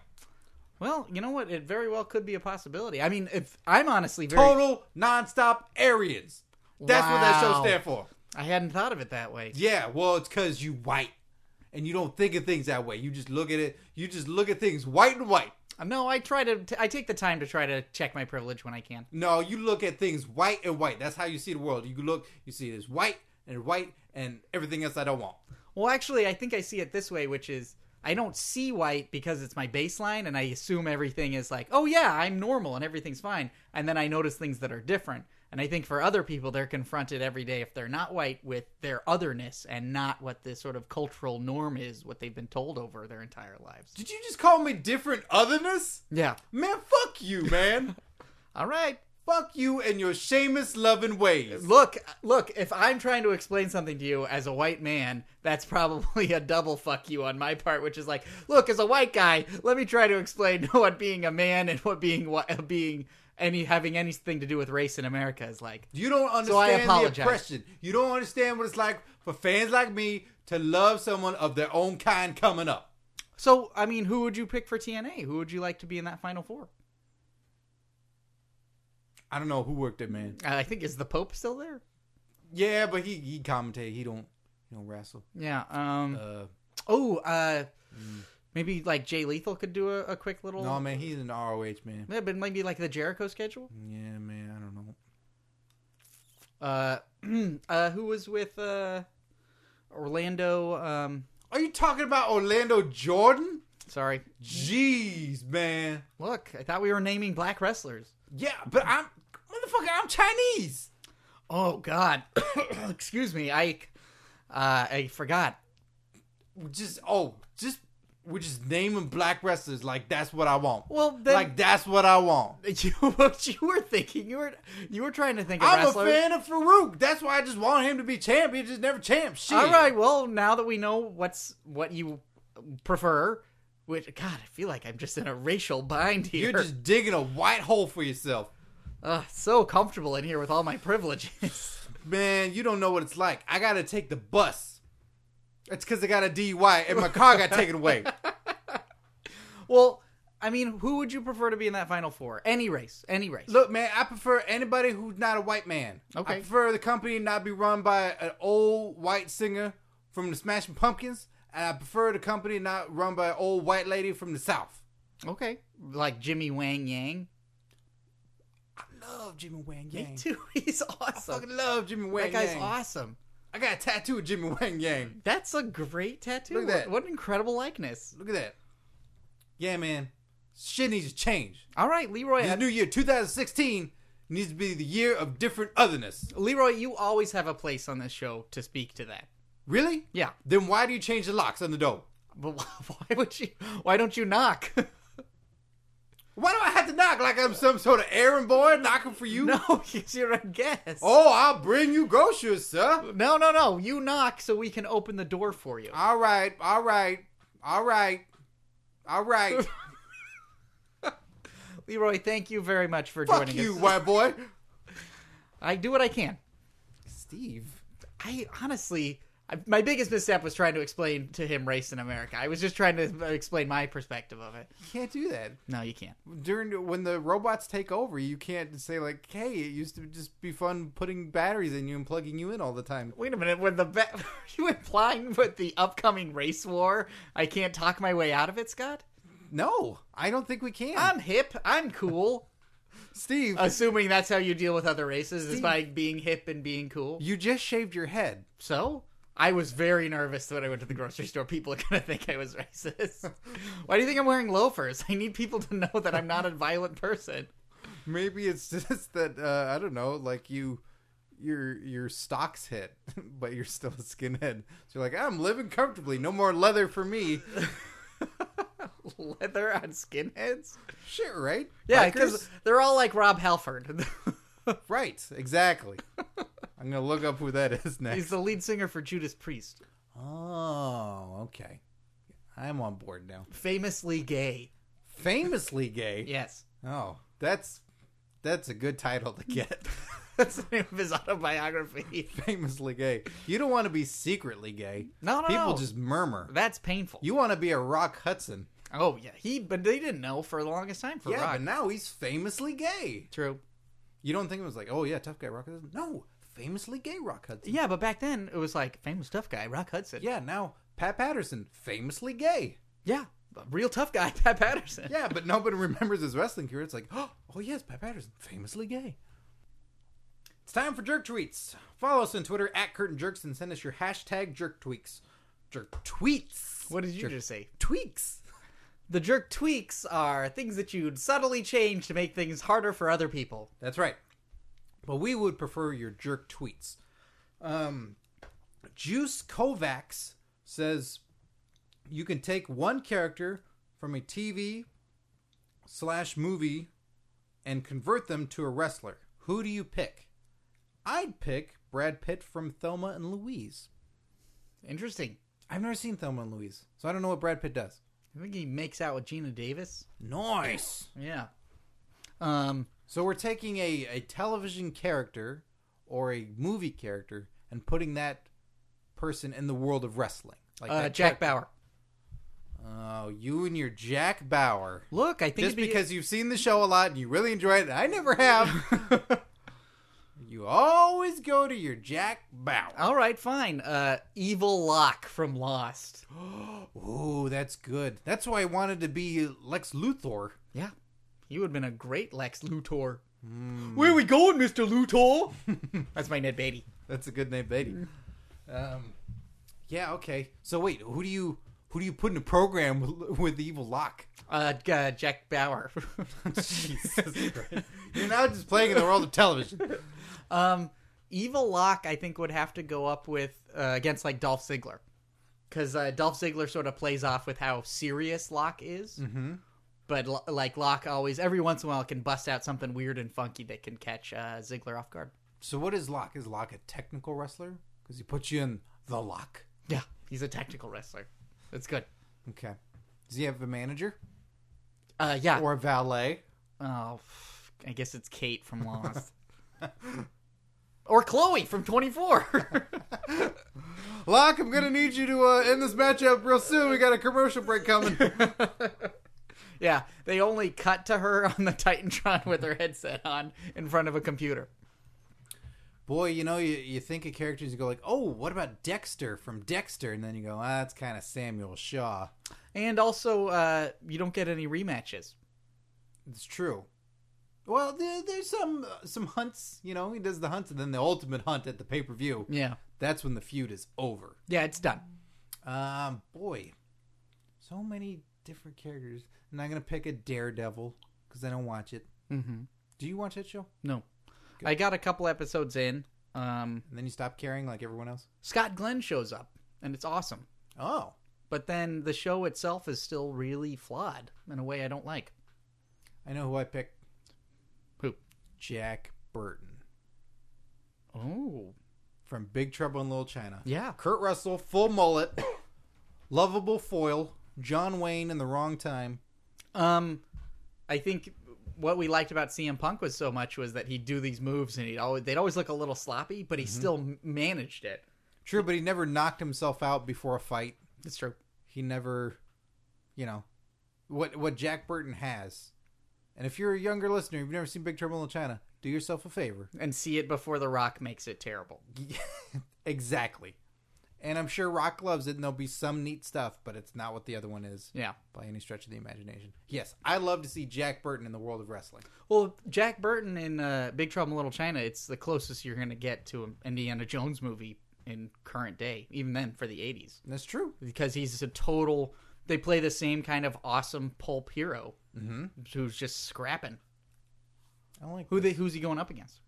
S2: Well, you know what? It very well could be a possibility. I mean, if I'm honestly very,
S1: total nonstop Aryans. That's what that show
S2: Wow.
S1: stands for.
S2: I hadn't thought of it that way.
S1: Yeah, well, it's because you white and you don't think of things that way. You just look at it. You just look at things white and white.
S2: Uh, No, I try to. T- I take the time to try to check my privilege when I can.
S1: No, you look at things white and white. That's how you see the world. You look, you see it as white and white and everything else I don't want.
S2: Well, actually, I think I see it this way, which is I don't see white because it's my baseline, and I assume everything is like, oh yeah, I'm normal and everything's fine, and then I notice things that are different. And I think for other people, they're confronted every day if they're not white with their otherness and not what the sort of cultural norm is, what they've been told over their entire lives.
S1: Did you just call me different otherness?
S2: Yeah.
S1: Man, fuck you, man.
S2: All right.
S1: fuck you and your Seamus loving ways.
S2: Look, look, if I'm trying to explain something to you as a white man, that's probably a double fuck you on my part, which is like, look, as a white guy, let me try to explain what being a man and what being what being any having anything to do with race in America is like.
S1: You don't
S2: I
S1: understand the
S2: apologize.
S1: oppression. You don't understand what it's like for fans like me to love someone of their own kind coming up.
S2: So, I mean, who would you pick for TNA? Who would you like to be in that final four?
S1: I don't know who worked it, man.
S2: I think is the Pope still there?
S1: Yeah, but he he commentated. He don't you know, wrestle.
S2: Yeah. Um.
S1: Uh, mm.
S2: oh. Uh. Maybe like Jay Lethal could do a, a quick little.
S1: no, man, he's an ROH man.
S2: Yeah, but maybe like the Jericho schedule.
S1: Yeah, man, I don't know.
S2: Uh. uh. Who was with uh. Orlando. Um.
S1: Are you talking about Orlando Jordan?
S2: Sorry.
S1: Jeez, man.
S2: Look, I thought we were naming black wrestlers.
S1: Yeah, but I'm motherfucker. I'm Chinese.
S2: Oh God. Excuse me. I. Uh. I forgot.
S1: We Just oh, just we're just naming black wrestlers like that's what I want.
S2: Well, then-
S1: like that's what I want.
S2: You what you were thinking? You were you were trying to think of
S1: I'm
S2: wrestlers.
S1: a fan of Farouk. That's why I just want him to be champ. He just never champ. Shit.
S2: All right. Well, now that we know what's what you prefer, which God, I feel like I'm just in a racial bind here.
S1: You're just digging a white hole for yourself.
S2: Ugh, so comfortable in here with all my privileges.
S1: Man, you don't know what it's like. I gotta take the bus. It's cause I got a DUI and my car got taken away.
S2: well, I mean, who would you prefer to be in that final four? Any race, any race.
S1: Look, man, I prefer anybody who's not a white man.
S2: Okay.
S1: I prefer the company not be run by an old white singer from the Smashing Pumpkins, and I prefer the company not run by an old white lady from the South.
S2: Okay, like Jimmy Wang Yang.
S1: I love Jimmy Wang Yang.
S2: Me too. He's
S1: I fucking
S2: awesome.
S1: love Jimmy Wang
S2: That guy's
S1: Yang.
S2: awesome.
S1: I got a tattoo of Jimmy Wang Yang.
S2: That's a great tattoo.
S1: Look at that.
S2: What an incredible likeness.
S1: Look at that. Yeah, man. Shit needs to change.
S2: All right, Leroy.
S1: This new year, 2016, needs to be the year of different otherness.
S2: Leroy, you always have a place on this show to speak to that.
S1: Really?
S2: Yeah.
S1: Then why do you change the locks on the door?
S2: But wh- why would you? Why don't you knock?
S1: Why do I have to knock like I'm some sort of errand boy knocking for you?
S2: no, because you're a guest.
S1: Oh, I'll bring you groceries, sir.
S2: No, no, no. You knock so we can open the door for you.
S1: All right, all right, all right, all right.
S2: Leroy, thank you very much for
S1: Fuck
S2: joining
S1: you,
S2: us.
S1: white boy.
S2: I do what I can.
S1: Steve.
S2: I honestly, I, my biggest misstep was trying to explain to him race in America. I was just trying to explain my perspective of it.
S1: You can't do that.
S2: No, you can't.
S1: During when the robots take over, you can't say like, "Hey, it used to just be fun putting batteries in you and plugging you in all the time."
S2: Wait a minute. When the ba- are you implying with the upcoming race war, I can't talk my way out of it, Scott?
S1: No, I don't think we can.
S2: I'm hip. I'm cool.
S1: Steve,
S2: Assuming that's how you deal with other races is by being hip and being cool.
S1: you just shaved your head.
S2: So? I was very nervous when I went to the grocery store. People are going to think I was racist. Why do you think I'm wearing loafers? I need people to know that I'm not a violent person.
S1: Maybe it's just that uh, I don't know, like you your your stocks hit, but you're still a skinhead. So you're like, I'm living comfortably, no more leather for me.
S2: Leather on skinheads?
S1: Shit, right?
S2: Yeah,
S1: Bikers?
S2: because they're all like Rob Halford.
S1: right, exactly. I'm gonna look up who that is
S2: He's
S1: next.
S2: the lead singer for Judas Priest.
S1: Oh, okay. I'm on board now.
S2: Famously gay.
S1: Famously gay.
S2: Yes.
S1: Oh, that's that's a good title to get.
S2: That's the name of his autobiography.
S1: Famously gay. You don't want to be secretly gay.
S2: No, no,
S1: People
S2: no.
S1: just murmur.
S2: That's painful.
S1: You want to be a Rock Hudson.
S2: oh, yeah. He, but they didn't know for the longest time for
S1: Yeah,
S2: Rock.
S1: but now he's famously gay.
S2: True.
S1: You don't think it was like, oh yeah, tough guy Rock Hudson? No, famously gay Rock Hudson.
S2: Yeah, but back then it was like famous tough guy, Rock Hudson.
S1: Yeah, now Pat Patterson, famously gay.
S2: Yeah, a real tough guy, Pat Patterson.
S1: Yeah, but nobody remembers his wrestling career. It's like, oh yes, Pat Patterson, famously gay. It's time for jerk tweets. Follow us on Twitter at Curtain Jerks and send us your hashtag jerk tweaks. Jerk tweets.
S2: What did you
S1: jerk
S2: just say?
S1: tweaks?
S2: The jerk tweaks are things that you'd subtly change to make things harder for other people.
S1: That's right. But we would prefer your jerk tweets. Um, Juice Kovacs says you can take one character from a TV slash movie and convert them to a wrestler. Who do you pick? I'd pick Brad Pitt from Thelma and Louise.
S2: Interesting.
S1: I've never seen Thelma and Louise, so I don't know what Brad Pitt does.
S2: I think he makes out with Gina Davis.
S1: Nice.
S2: Yeah. Um.
S1: So we're taking a, a television character or a movie character and putting that person in the world of wrestling. Like
S2: Uh,
S1: that
S2: Jack
S1: character.
S2: Bauer.
S1: Oh, you and your Jack Bauer.
S2: Look, I think
S1: Just
S2: it'd be-
S1: because you've seen the show a lot and you really enjoy it, I never have. you You always go to your Jack Bauer.
S2: All right, fine. Uh, Evil Locke from Lost.
S1: Ooh, that's good. That's why I wanted to be Lex Luthor.
S2: Yeah, he would have been a great Lex Luthor.
S1: Hmm.
S2: Where we going, Mister Luthor? That's my Ned Beatty.
S1: That's a good name, baby. Um, yeah. Okay. So wait, who do you who do you put in a program with, with the evil lock?
S2: Uh, G- uh, Jack Bauer.
S1: Jesus Christ. You're now just playing in the world of television.
S2: Um, Evil Locke, I think, would have to go up with uh, against like Dolph Ziggler, because uh, Dolph Ziggler sort of plays off with how serious Locke is. Mm-hmm. But Lo- like Locke always, every once in a while, can bust out something weird and funky that can catch uh, Ziggler off guard.
S1: So what is lock? Is lock a technical wrestler? Because he puts you in the lock.
S2: Yeah, he's a tactical wrestler. That's good.
S1: Okay. Does he have a manager
S2: Uh, yeah.
S1: or a valet?
S2: oh, f- I guess it's Kate from Lost, or Chloe from Twenty Four.
S1: Lock, I'm gonna need you to uh, end this matchup real soon. We got a commercial break coming.
S2: yeah, they only cut to her on the Titantron with her headset on in front of a computer.
S1: Boy, you know, you, you think of characters, you go like, oh, what about Dexter from Dexter? And then you go, ah, that's kind of Samuel Shaw.
S2: And also, uh, you don't get any rematches.
S1: It's true. Well, there, there's some uh, some hunts, you know. He does the hunts, and then the ultimate hunt at the pay per view.
S2: Yeah.
S1: That's when the feud is over.
S2: Yeah, it's done.
S1: Um, boy, so many different characters. I'm not gonna pick a Daredevil because I don't watch it.
S2: Mm-hmm.
S1: Do you watch that show?
S2: No. I got a couple episodes in. Um,
S1: And then you stop caring like everyone else.
S2: Scott Glenn shows up, and it's awesome.
S1: Oh,
S2: But then the show itself is still really flawed in a way I don't like.
S1: I know who I picked.
S2: Who?
S1: Jack Burton
S2: Oh.
S1: from Big Trouble in Little China.
S2: Yeah.
S1: Kurt Russell, full mullet, lovable foil, John Wayne in the wrong time.
S2: Um, I think what we liked about CM Punk was so much was that he'd do these moves and he'd always they'd always look a little sloppy, but he still m- managed it.
S1: True, but he never knocked himself out before a fight.
S2: That's true.
S1: He never, you know, what what Jack Burton has. And if you're a younger listener, you've never seen Big Trouble in Little China, do yourself a favor.
S2: And see it before The Rock makes it terrible.
S1: exactly. And I'm sure Rock loves it, and there'll be some neat stuff, but it's not what the other one is
S2: Yeah.
S1: by any stretch of the imagination. Yes, I love to see Jack Burton in the world of wrestling.
S2: Well, Jack Burton in uh, Big Trouble in Little China, it's the closest you're going to get to an Indiana Jones movie in current day, even then for the 80s.
S1: And that's true.
S2: Because he's a total. They play the same kind of awesome pulp hero who's just scrapping.
S1: I like.
S2: Who they, Who's he going up against?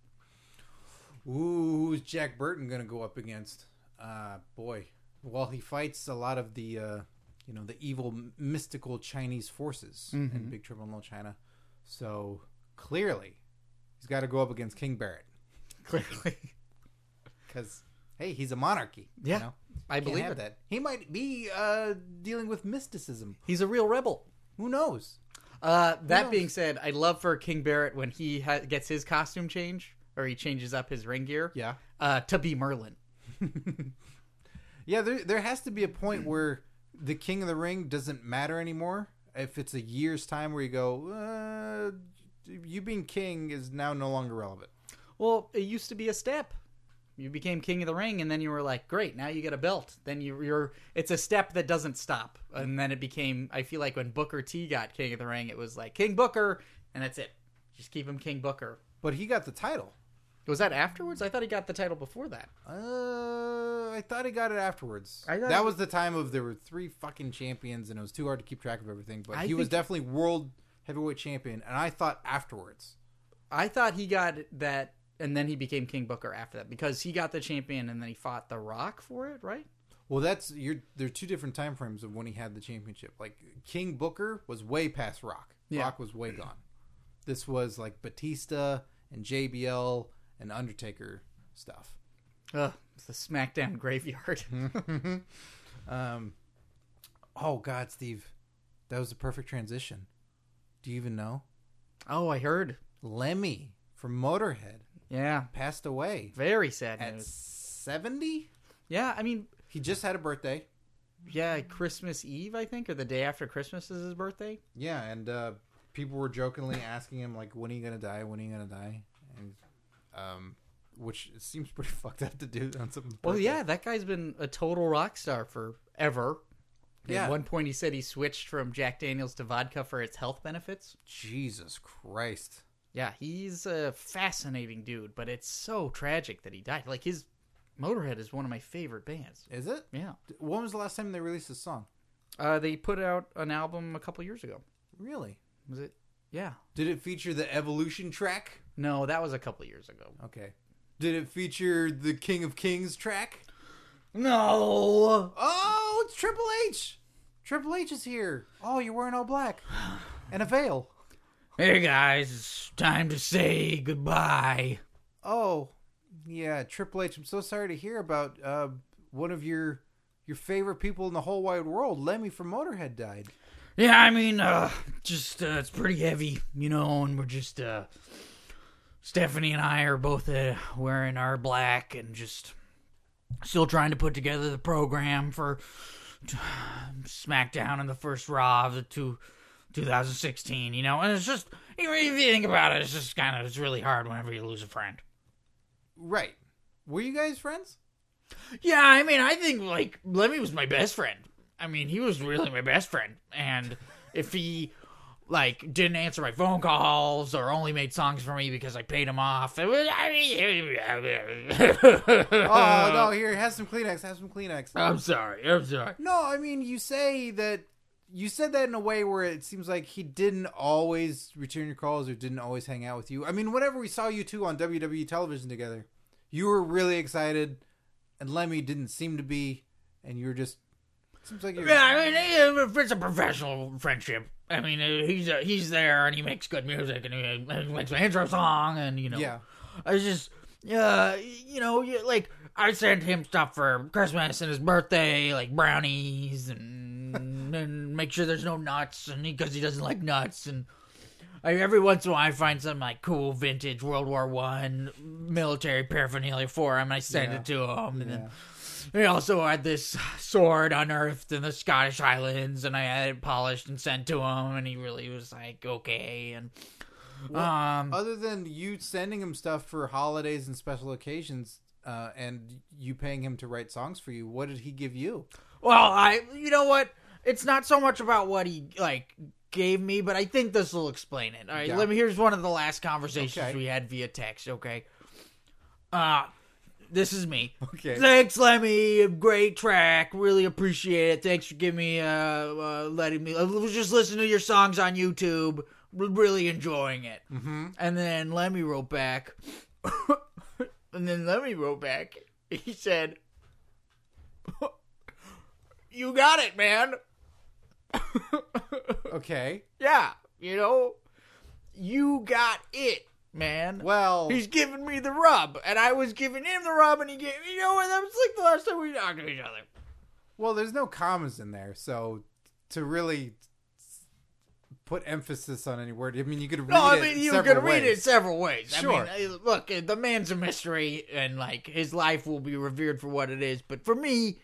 S1: Ooh, who's Jack Burton going to go up against? Uh, boy. Well, he fights a lot of the, uh, you know, the evil m- mystical Chinese forces
S2: Mm-hmm.
S1: in Big Trouble in Little China. So clearly, he's got to go up against King Barrett
S2: Clearly.
S1: because hey, he's a monarchy.
S2: Yeah,
S1: you know?
S2: I
S1: Can't
S2: believe
S1: have
S2: it.
S1: that. He might be uh, dealing with mysticism.
S2: He's a real rebel.
S1: Who knows?
S2: Uh, that
S1: knows?
S2: being said, I'd love for King Barrett when he ha- gets his costume change or he changes up his ring gear
S1: Yeah.
S2: uh, to be Merlin.
S1: Yeah, there there has to be a point
S2: Hmm.
S1: where the King of the Ring doesn't matter anymore. If it's a year's time where you go, uh, you being king is now no longer relevant.
S2: Well, it used to be a step. You became king of the ring, and then you were like, "Great, now you get a belt." Then you, you're it's a step that doesn't stop, and then it became. I feel like when Booker T got king of the ring, it was like King Booker, and that's it. Just keep him King Booker.
S1: But he got the title.
S2: Was that afterwards? I thought he got the title before that.
S1: Uh, I thought he got it afterwards.
S2: I thought
S1: that
S2: he-
S1: was the time of there were three fucking champions, and it was too hard to keep track of everything. But
S2: I
S1: he was
S2: think-
S1: definitely world heavyweight champion, and I thought afterwards.
S2: I thought he got that, and then he became King Booker after that because he got the champion, and then he fought The Rock for it, right?
S1: Well, that's you're there are two different time frames of when he had the championship. Like King Booker was way past Rock.
S2: Yeah.
S1: Rock was way gone. This was like Batista and JBL and Undertaker stuff.
S2: Ugh, it's the SmackDown graveyard.
S1: Um, oh God, Steve, that was the perfect transition. Do you even know
S2: oh, I heard.
S1: Lemmy from Motorhead
S2: Yeah,
S1: passed away
S2: very sad
S1: at
S2: news.
S1: seventy?
S2: Yeah, I mean,
S1: He just had a birthday.
S2: yeah, Christmas Eve, I think, or the day after Christmas is his birthday.
S1: Yeah, and uh, people were jokingly asking him like, "When are you gonna die? When are you gonna die?" And um, which seems pretty fucked up to do on something.
S2: Well, Oh, yeah, that guy's been a total rock star forever.
S1: Yeah.
S2: At one point, he said he switched from Jack Daniels to vodka for its health benefits.
S1: Jesus Christ.
S2: Yeah, he's a fascinating dude, but it's so tragic that he died. Like his Motorhead is one of my favorite bands.
S1: Is it?
S2: Yeah,
S1: When was the last time they released a song?
S2: uh, they put out an album a couple years ago.
S1: Really?
S2: Was it? Yeah.
S1: Did it feature the Evolution track?
S2: No, that was a couple years ago.
S1: Okay. Did it feature the King of Kings track?
S2: No.
S1: Oh, it's Triple H. Triple H is here. Oh, you're wearing all black and a veil.
S2: Hey guys, it's time to say goodbye.
S1: Oh, yeah, Triple H. I'm so sorry to hear about uh, one of your your favorite people in the whole wide world, Lemmy from Motorhead, died.
S2: Yeah, I mean, uh, just uh, it's pretty heavy, you know, and we're just uh, Stephanie and I are both uh, wearing our black and just still trying to put together the program for SmackDown and the first Raw of the two. 2016, you know, and it's just you know, if you think about it, it's just kind of it's really hard whenever you lose a friend.
S1: Right. Were you guys friends?
S2: Yeah, I mean, I think like Lemmy was my best friend. I mean, he was really my best friend, and if he like didn't answer my phone calls or only made songs for me because I paid him off, it was. I mean,
S1: Oh no, here, have some Kleenex. Have some Kleenex.
S2: I'm sorry. I'm sorry.
S1: No, I mean you say that you said that in a way where it seems like he didn't always return your calls or didn't always hang out with you. I mean, whenever we saw you two on WWE television together, you were really excited, and Lemmy didn't seem to be, and you were just seems like you're
S2: Yeah, I mean, eh, it's a professional friendship. I mean, eh, he's uh, he's there and he makes good music and he eh, makes an intro song and you know.
S1: yeah.
S2: I was just, uh, you know, you- like I sent him stuff for Christmas and his birthday, like brownies and and make sure there's no nuts, and because he, doesn't like nuts, and I, every once in a while I find some like cool vintage World War One military paraphernalia for him, and I send
S1: Yeah.
S2: it to him, and
S1: Yeah.
S2: then. They also had this sword unearthed in the Scottish Highlands, and I had it polished and sent to him, and he really was like, okay, and um,
S1: Other than you sending him stuff for holidays and special occasions, uh, and you paying him to write songs for you, what did he give you?
S2: Well, I you know what? It's not so much about what he like gave me, but I think this will explain it. All right,
S1: Yeah.
S2: let me here's one of the last conversations
S1: Okay.
S2: we had via text, okay? Uh this is me.
S1: Okay.
S2: Thanks, Lemmy. Great track. Really appreciate it. Thanks for giving me, uh, uh letting me. I was just listening to your songs on YouTube. Re- Really enjoying it. Mm-hmm. And then Lemmy wrote back. and then Lemmy wrote back. He said, "You got it, man.
S1: Okay.
S2: Yeah, you know, you got it, man."
S1: Well,
S2: He's giving me the rub, and I was giving him the rub, and he gave you know, and that was like the last time we talked to each other.
S1: Well, there's no commas in there, so to really put emphasis on any word, I mean, you could read
S2: No, I
S1: it
S2: mean you
S1: several
S2: can read
S1: ways.
S2: it several ways.
S1: Sure.
S2: I mean, uh, look, uh, the man's a mystery, and like his life will be revered for what it is. But for me,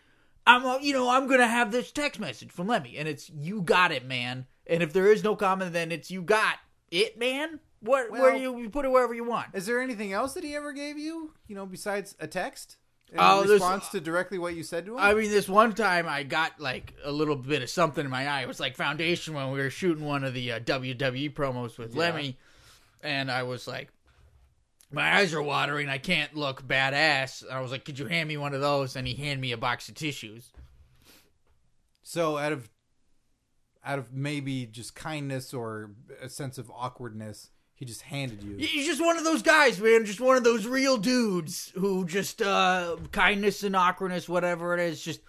S2: I'm uh, you know I'm gonna have this text message from Lemmy, and it's you got it, man. And if there is no comment, then it's you got it, man. What where
S1: Well-
S2: you, you put it wherever you want.
S1: Is there anything else that he ever gave you? You know, besides a text in
S2: Oh, there's-
S1: response to directly what you said to him?
S2: I mean, this one time I got like a little bit of something in my eye. It was like Foundation when we were shooting one of the uh, WWE promos with Lemmy, and I was like, my eyes are watering. I can't look badass. I was like, could you hand me one of those? And he handed me a box of tissues.
S1: so out of out of maybe just kindness or a sense of awkwardness, he just handed you.
S2: He's just one of those guys, man. Just one of those real dudes who just uh, kindness and awkwardness, whatever it is, just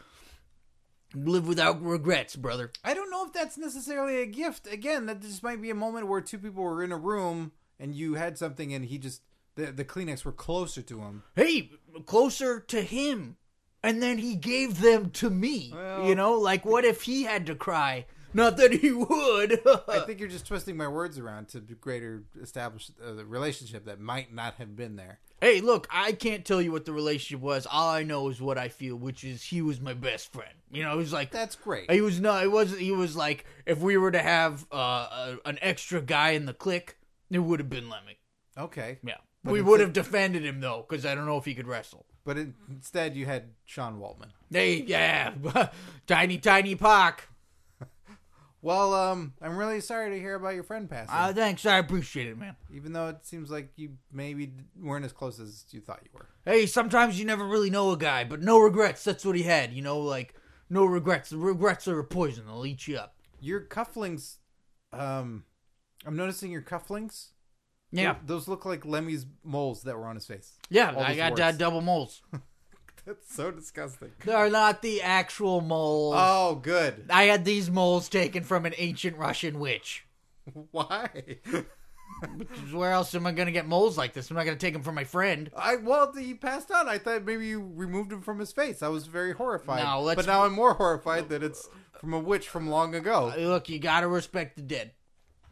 S2: live without regrets, brother.
S1: I don't know if that's necessarily a gift. Again, that just might be a moment where two people were in a room and you had something, and he just the the Kleenex were closer to him.
S2: hey, closer to him. And then he gave them to me.
S1: Well-
S2: you know, like what if he had to cry? Not that he would.
S1: I think you're just twisting my words around to greater establish uh, the relationship that might not have been there.
S2: hey, look, I can't tell you what the relationship was. All I know is what I feel, which is he was my best friend. You know, it was like
S1: That's great.
S2: he was no, it wasn't. He was like if we were to have uh, a, an extra guy in the clique, it would have been Lemmy.
S1: Okay.
S2: Yeah, we would have defended him though, because I don't know if he could wrestle.
S1: But in- instead, you had Sean Waltman.
S2: They, yeah, tiny, tiny Pac.
S1: Well, um, I'm really sorry to hear about your friend passing.
S2: Uh, thanks, I appreciate it, man.
S1: even though it seems like you maybe d- weren't as close as you thought you were.
S2: Hey, sometimes you never really know a guy, but no regrets. That's what he had, you know, like no regrets. Regrets are a poison; they'll eat you up.
S1: Your cufflinks, um, I'm noticing your cufflinks.
S2: Yeah,
S1: Those look like Lemmy's moles that were on his face.
S2: yeah.
S1: All
S2: I
S1: those
S2: got
S1: warts.
S2: uh, double moles.
S1: That's so disgusting.
S2: They're not the actual moles.
S1: Oh, good.
S2: I had these moles taken from an ancient Russian witch.
S1: Why?
S2: Where else am I gonna get moles like this? I'm not gonna take them from my friend.
S1: I well, he passed out. I thought maybe you removed him from his face. I was very horrified.
S2: No, let's-
S1: But now I'm more horrified that it's from a witch from long ago.
S2: Uh, Look, you gotta respect the dead.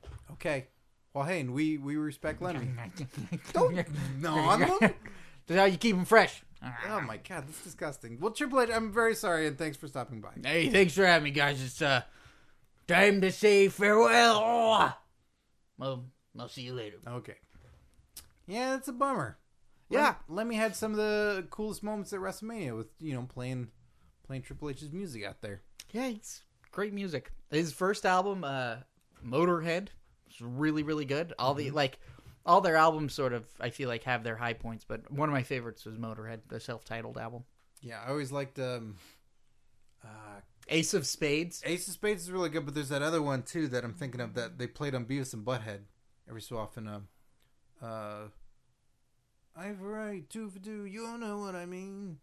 S1: Okay. Well, hey, and we we respect Lemmy. Don't gnaw on them.
S2: That's how you keep them fresh.
S1: Oh my god, that's disgusting. Well, Triple H, I'm very sorry, and thanks for stopping by.
S2: Hey, thanks for having me, guys. It's uh, time to say farewell. Well, I'll see you later.
S1: Okay. Yeah, that's a bummer.
S2: Yeah.
S1: Lem- Lemmy had some of the coolest moments at WrestleMania with you know playing playing Triple H's music out there.
S2: Yeah, it's great music. His first album, uh, Motorhead, is really really good. All the
S1: Mm-hmm.
S2: like, all their albums sort of I feel like have their high points, but one of my favorites was Motorhead, the self-titled album.
S1: Yeah, I always liked um, uh,
S2: Ace of Spades.
S1: Ace of Spades is really good, but there's that other one too that I'm thinking of that they played on Beavis and Butthead every so often. Um, uh, I've a right to for do, you know what I mean.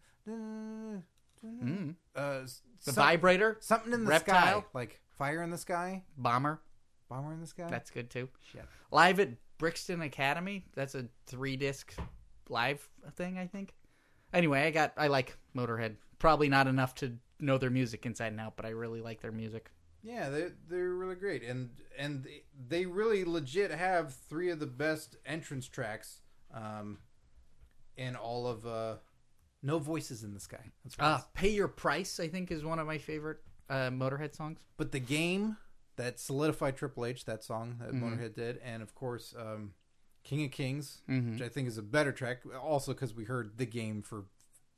S2: Mm.
S1: Uh,
S2: The
S1: some-
S2: vibrator,
S1: something in the
S2: Reptile.
S1: sky, like fire in the sky,
S2: bomber.
S1: bomber in the sky.
S2: That's good too.
S1: Shit.
S2: Live at Brixton Academy. That's a three disc live thing, I think. Anyway, I got I like Motorhead. Probably not enough to know their music inside and out, but I really like their music.
S1: Yeah, they they're really great, and and they really legit have three of the best entrance tracks, um, in all of uh, no voices in the sky. That's what it
S2: Uh,
S1: is.
S2: Pay Your Price, I think, is one of my favorite uh, Motorhead songs.
S1: but the game that solidified Triple H, that song that Motorhead did, and of course, um, King of Kings, which I think is a better track, also because we heard the game for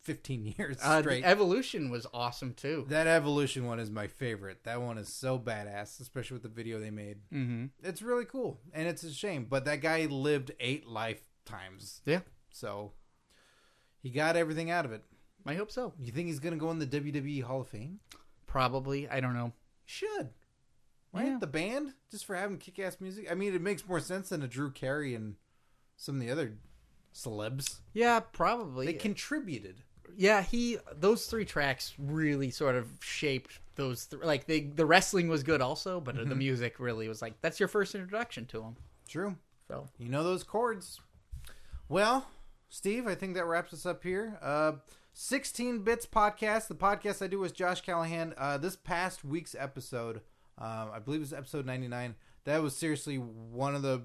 S1: fifteen years
S2: Uh,
S1: straight.
S2: the Evolution was awesome too.
S1: That evolution one is my favorite. That one is so badass, especially with the video they made. Mm-hmm. It's really cool, and it's a shame. But that guy lived eight lifetimes,
S2: Yeah,
S1: so he got everything out of it.
S2: I hope so.
S1: You think he's gonna go in the WWE Hall of Fame?
S2: Probably. I don't know.
S1: Should, right?
S2: Yeah.
S1: The band just for having kick-ass music. I mean, it makes more sense than a Drew Carey and some of the other celebs.
S2: Yeah, probably.
S1: They contributed.
S2: yeah he those three tracks really sort of shaped those th- like they the wrestling was good also but
S1: Mm-hmm.
S2: the music really was like that's your first introduction to him
S1: True.
S2: so
S1: You know those chords. Well, Steve, I think that wraps us up here. Uh, 16 Bits Podcast, the podcast I do with Josh Callahan. Uh, this past week's episode, um, I believe it was episode 99, that was seriously one of the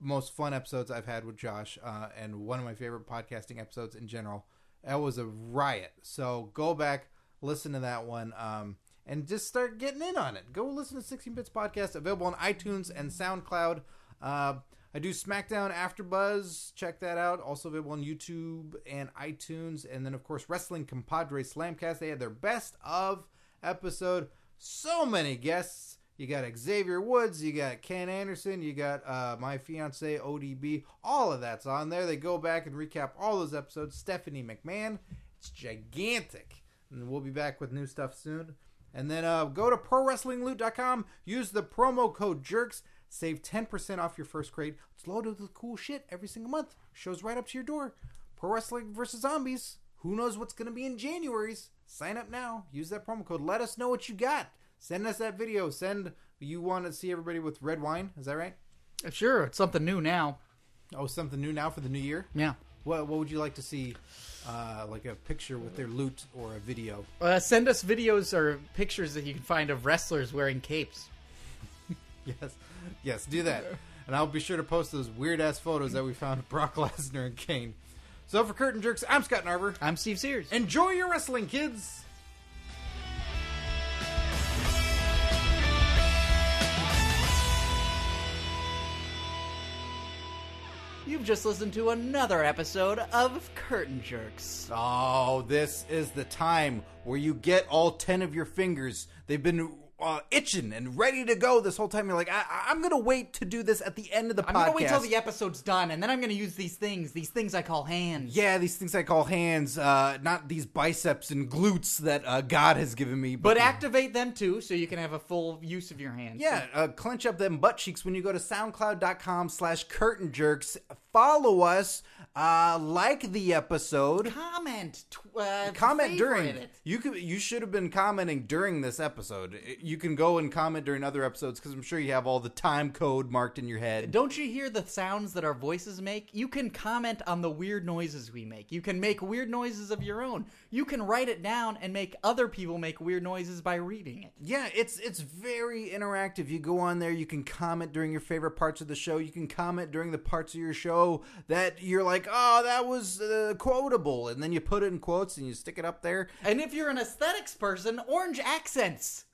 S1: most fun episodes I've had with Josh uh, and one of my favorite podcasting episodes in general. That was a riot. So go back, listen to that one, um, and just start getting in on it. Go listen to 16 Bits Podcast, available on iTunes and SoundCloud. Uh, I do SmackDown After Buzz. Check that out. Also available on YouTube and iTunes. And then, of course, Wrestling Compadre Slamcast. They had their best of episode. So many guests. You got Xavier Woods, you got Ken Anderson, you got uh, my fiance ODB. All of that's on there. They go back and recap all those episodes. Stephanie McMahon, it's gigantic, and we'll be back with new stuff soon. And then uh, go to prowrestlingloot.com. Use the promo code Jerks. Save ten percent off your first crate. It's loaded with cool shit every single month. Shows right up to your door. Pro Wrestling versus Zombies. Who knows what's going to be in January's? Sign up now. Use that promo code. Let us know what you got. Send us that video. Send you want to see everybody with red wine. Is that right?
S2: Uh, sure it's something new now
S1: Oh, something new now for the new year.
S2: yeah
S1: What What would you like to see? Uh, like a picture with their loot or a video.
S2: uh, send us videos or pictures that you can find of wrestlers wearing capes
S1: Yes, yes, do that, and I'll be sure to post those weird ass photos that we found of Brock Lesnar and Kane. So for Curtain Jerks, I'm Scott Narver.
S2: i'm steve sears
S1: Enjoy your wrestling, kids.
S2: You've just listened to another episode of Curtain Jerks.
S1: Oh, this is the time where you get all 10 of your fingers. They've been uh, itching and ready to go this whole time. You're like, I- I- am going to wait to do this at the end of the
S2: I'm
S1: podcast.
S2: gonna wait till the episode's done, and then I'm gonna use these things, these things I call hands.
S1: yeah, these things I call hands, uh, not these biceps and glutes that uh, God has given me.
S2: But activate them too, so you can have a full use of your hands.
S1: Yeah, uh, clench up them butt cheeks when you go to soundcloud.com slash curtain jerks. Follow us, uh, like the episode,
S2: Comment. Tw- uh,
S1: comment
S2: favorite
S1: during.
S2: it.
S1: You could, you should have been commenting during this episode. I- You can go and comment during other episodes because I'm sure you have all the time code marked in your head.
S2: Don't you hear the sounds that our voices make? You can comment on the weird noises we make. You can make weird noises of your own. You can write it down and make other people make weird noises by reading it.
S1: Yeah, it's it's very interactive. You go on there, you can comment during your favorite parts of the show. You can comment during the parts of your show that you're like, "Oh, that was uh, quotable," and then you put it in quotes and you stick it up there.
S2: And if you're an aesthetics person, orange accents.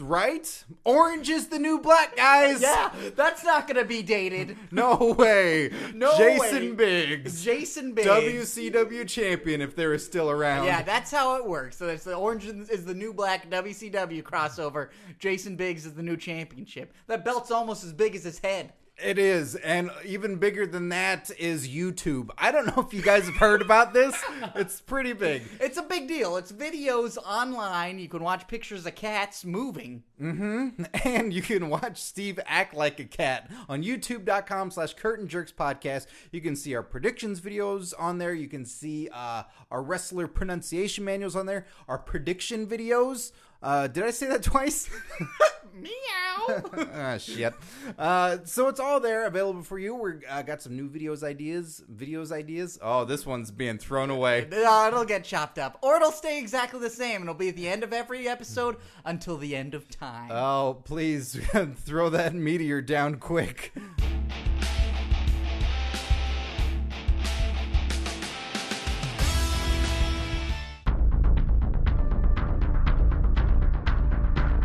S1: Right? Orange is the new black, guys.
S2: Yeah, that's not gonna be dated.
S1: No way.
S2: No
S1: Jason
S2: way.
S1: Biggs,
S2: Jason Biggs.
S1: WCW champion, if there is still around.
S2: Yeah, that's how it works. So it's the orange is the new black WCW crossover. Jason Biggs is the new championship. That belt's almost as big as his head.
S1: It is, and even bigger than that is YouTube. I don't know if you guys have heard about this. It's pretty big.
S2: It's a big deal. It's videos online. You can watch pictures of cats moving.
S1: And you can watch Steve act like a cat on youtube.com slash curtain jerks podcast. You can see our predictions videos on there. You can see uh, our wrestler pronunciation manuals on there, our prediction videos. Uh, did I say that twice?
S2: Meow.
S1: ah, shit. Uh, so it's all there available for you. We've uh, got some new videos ideas. Videos ideas. Oh, this one's being thrown away.
S2: Uh, it'll get chopped up, or it'll stay exactly the same. It'll be at the end of every episode until the end of time.
S1: Oh, please throw that meteor down quick.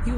S3: You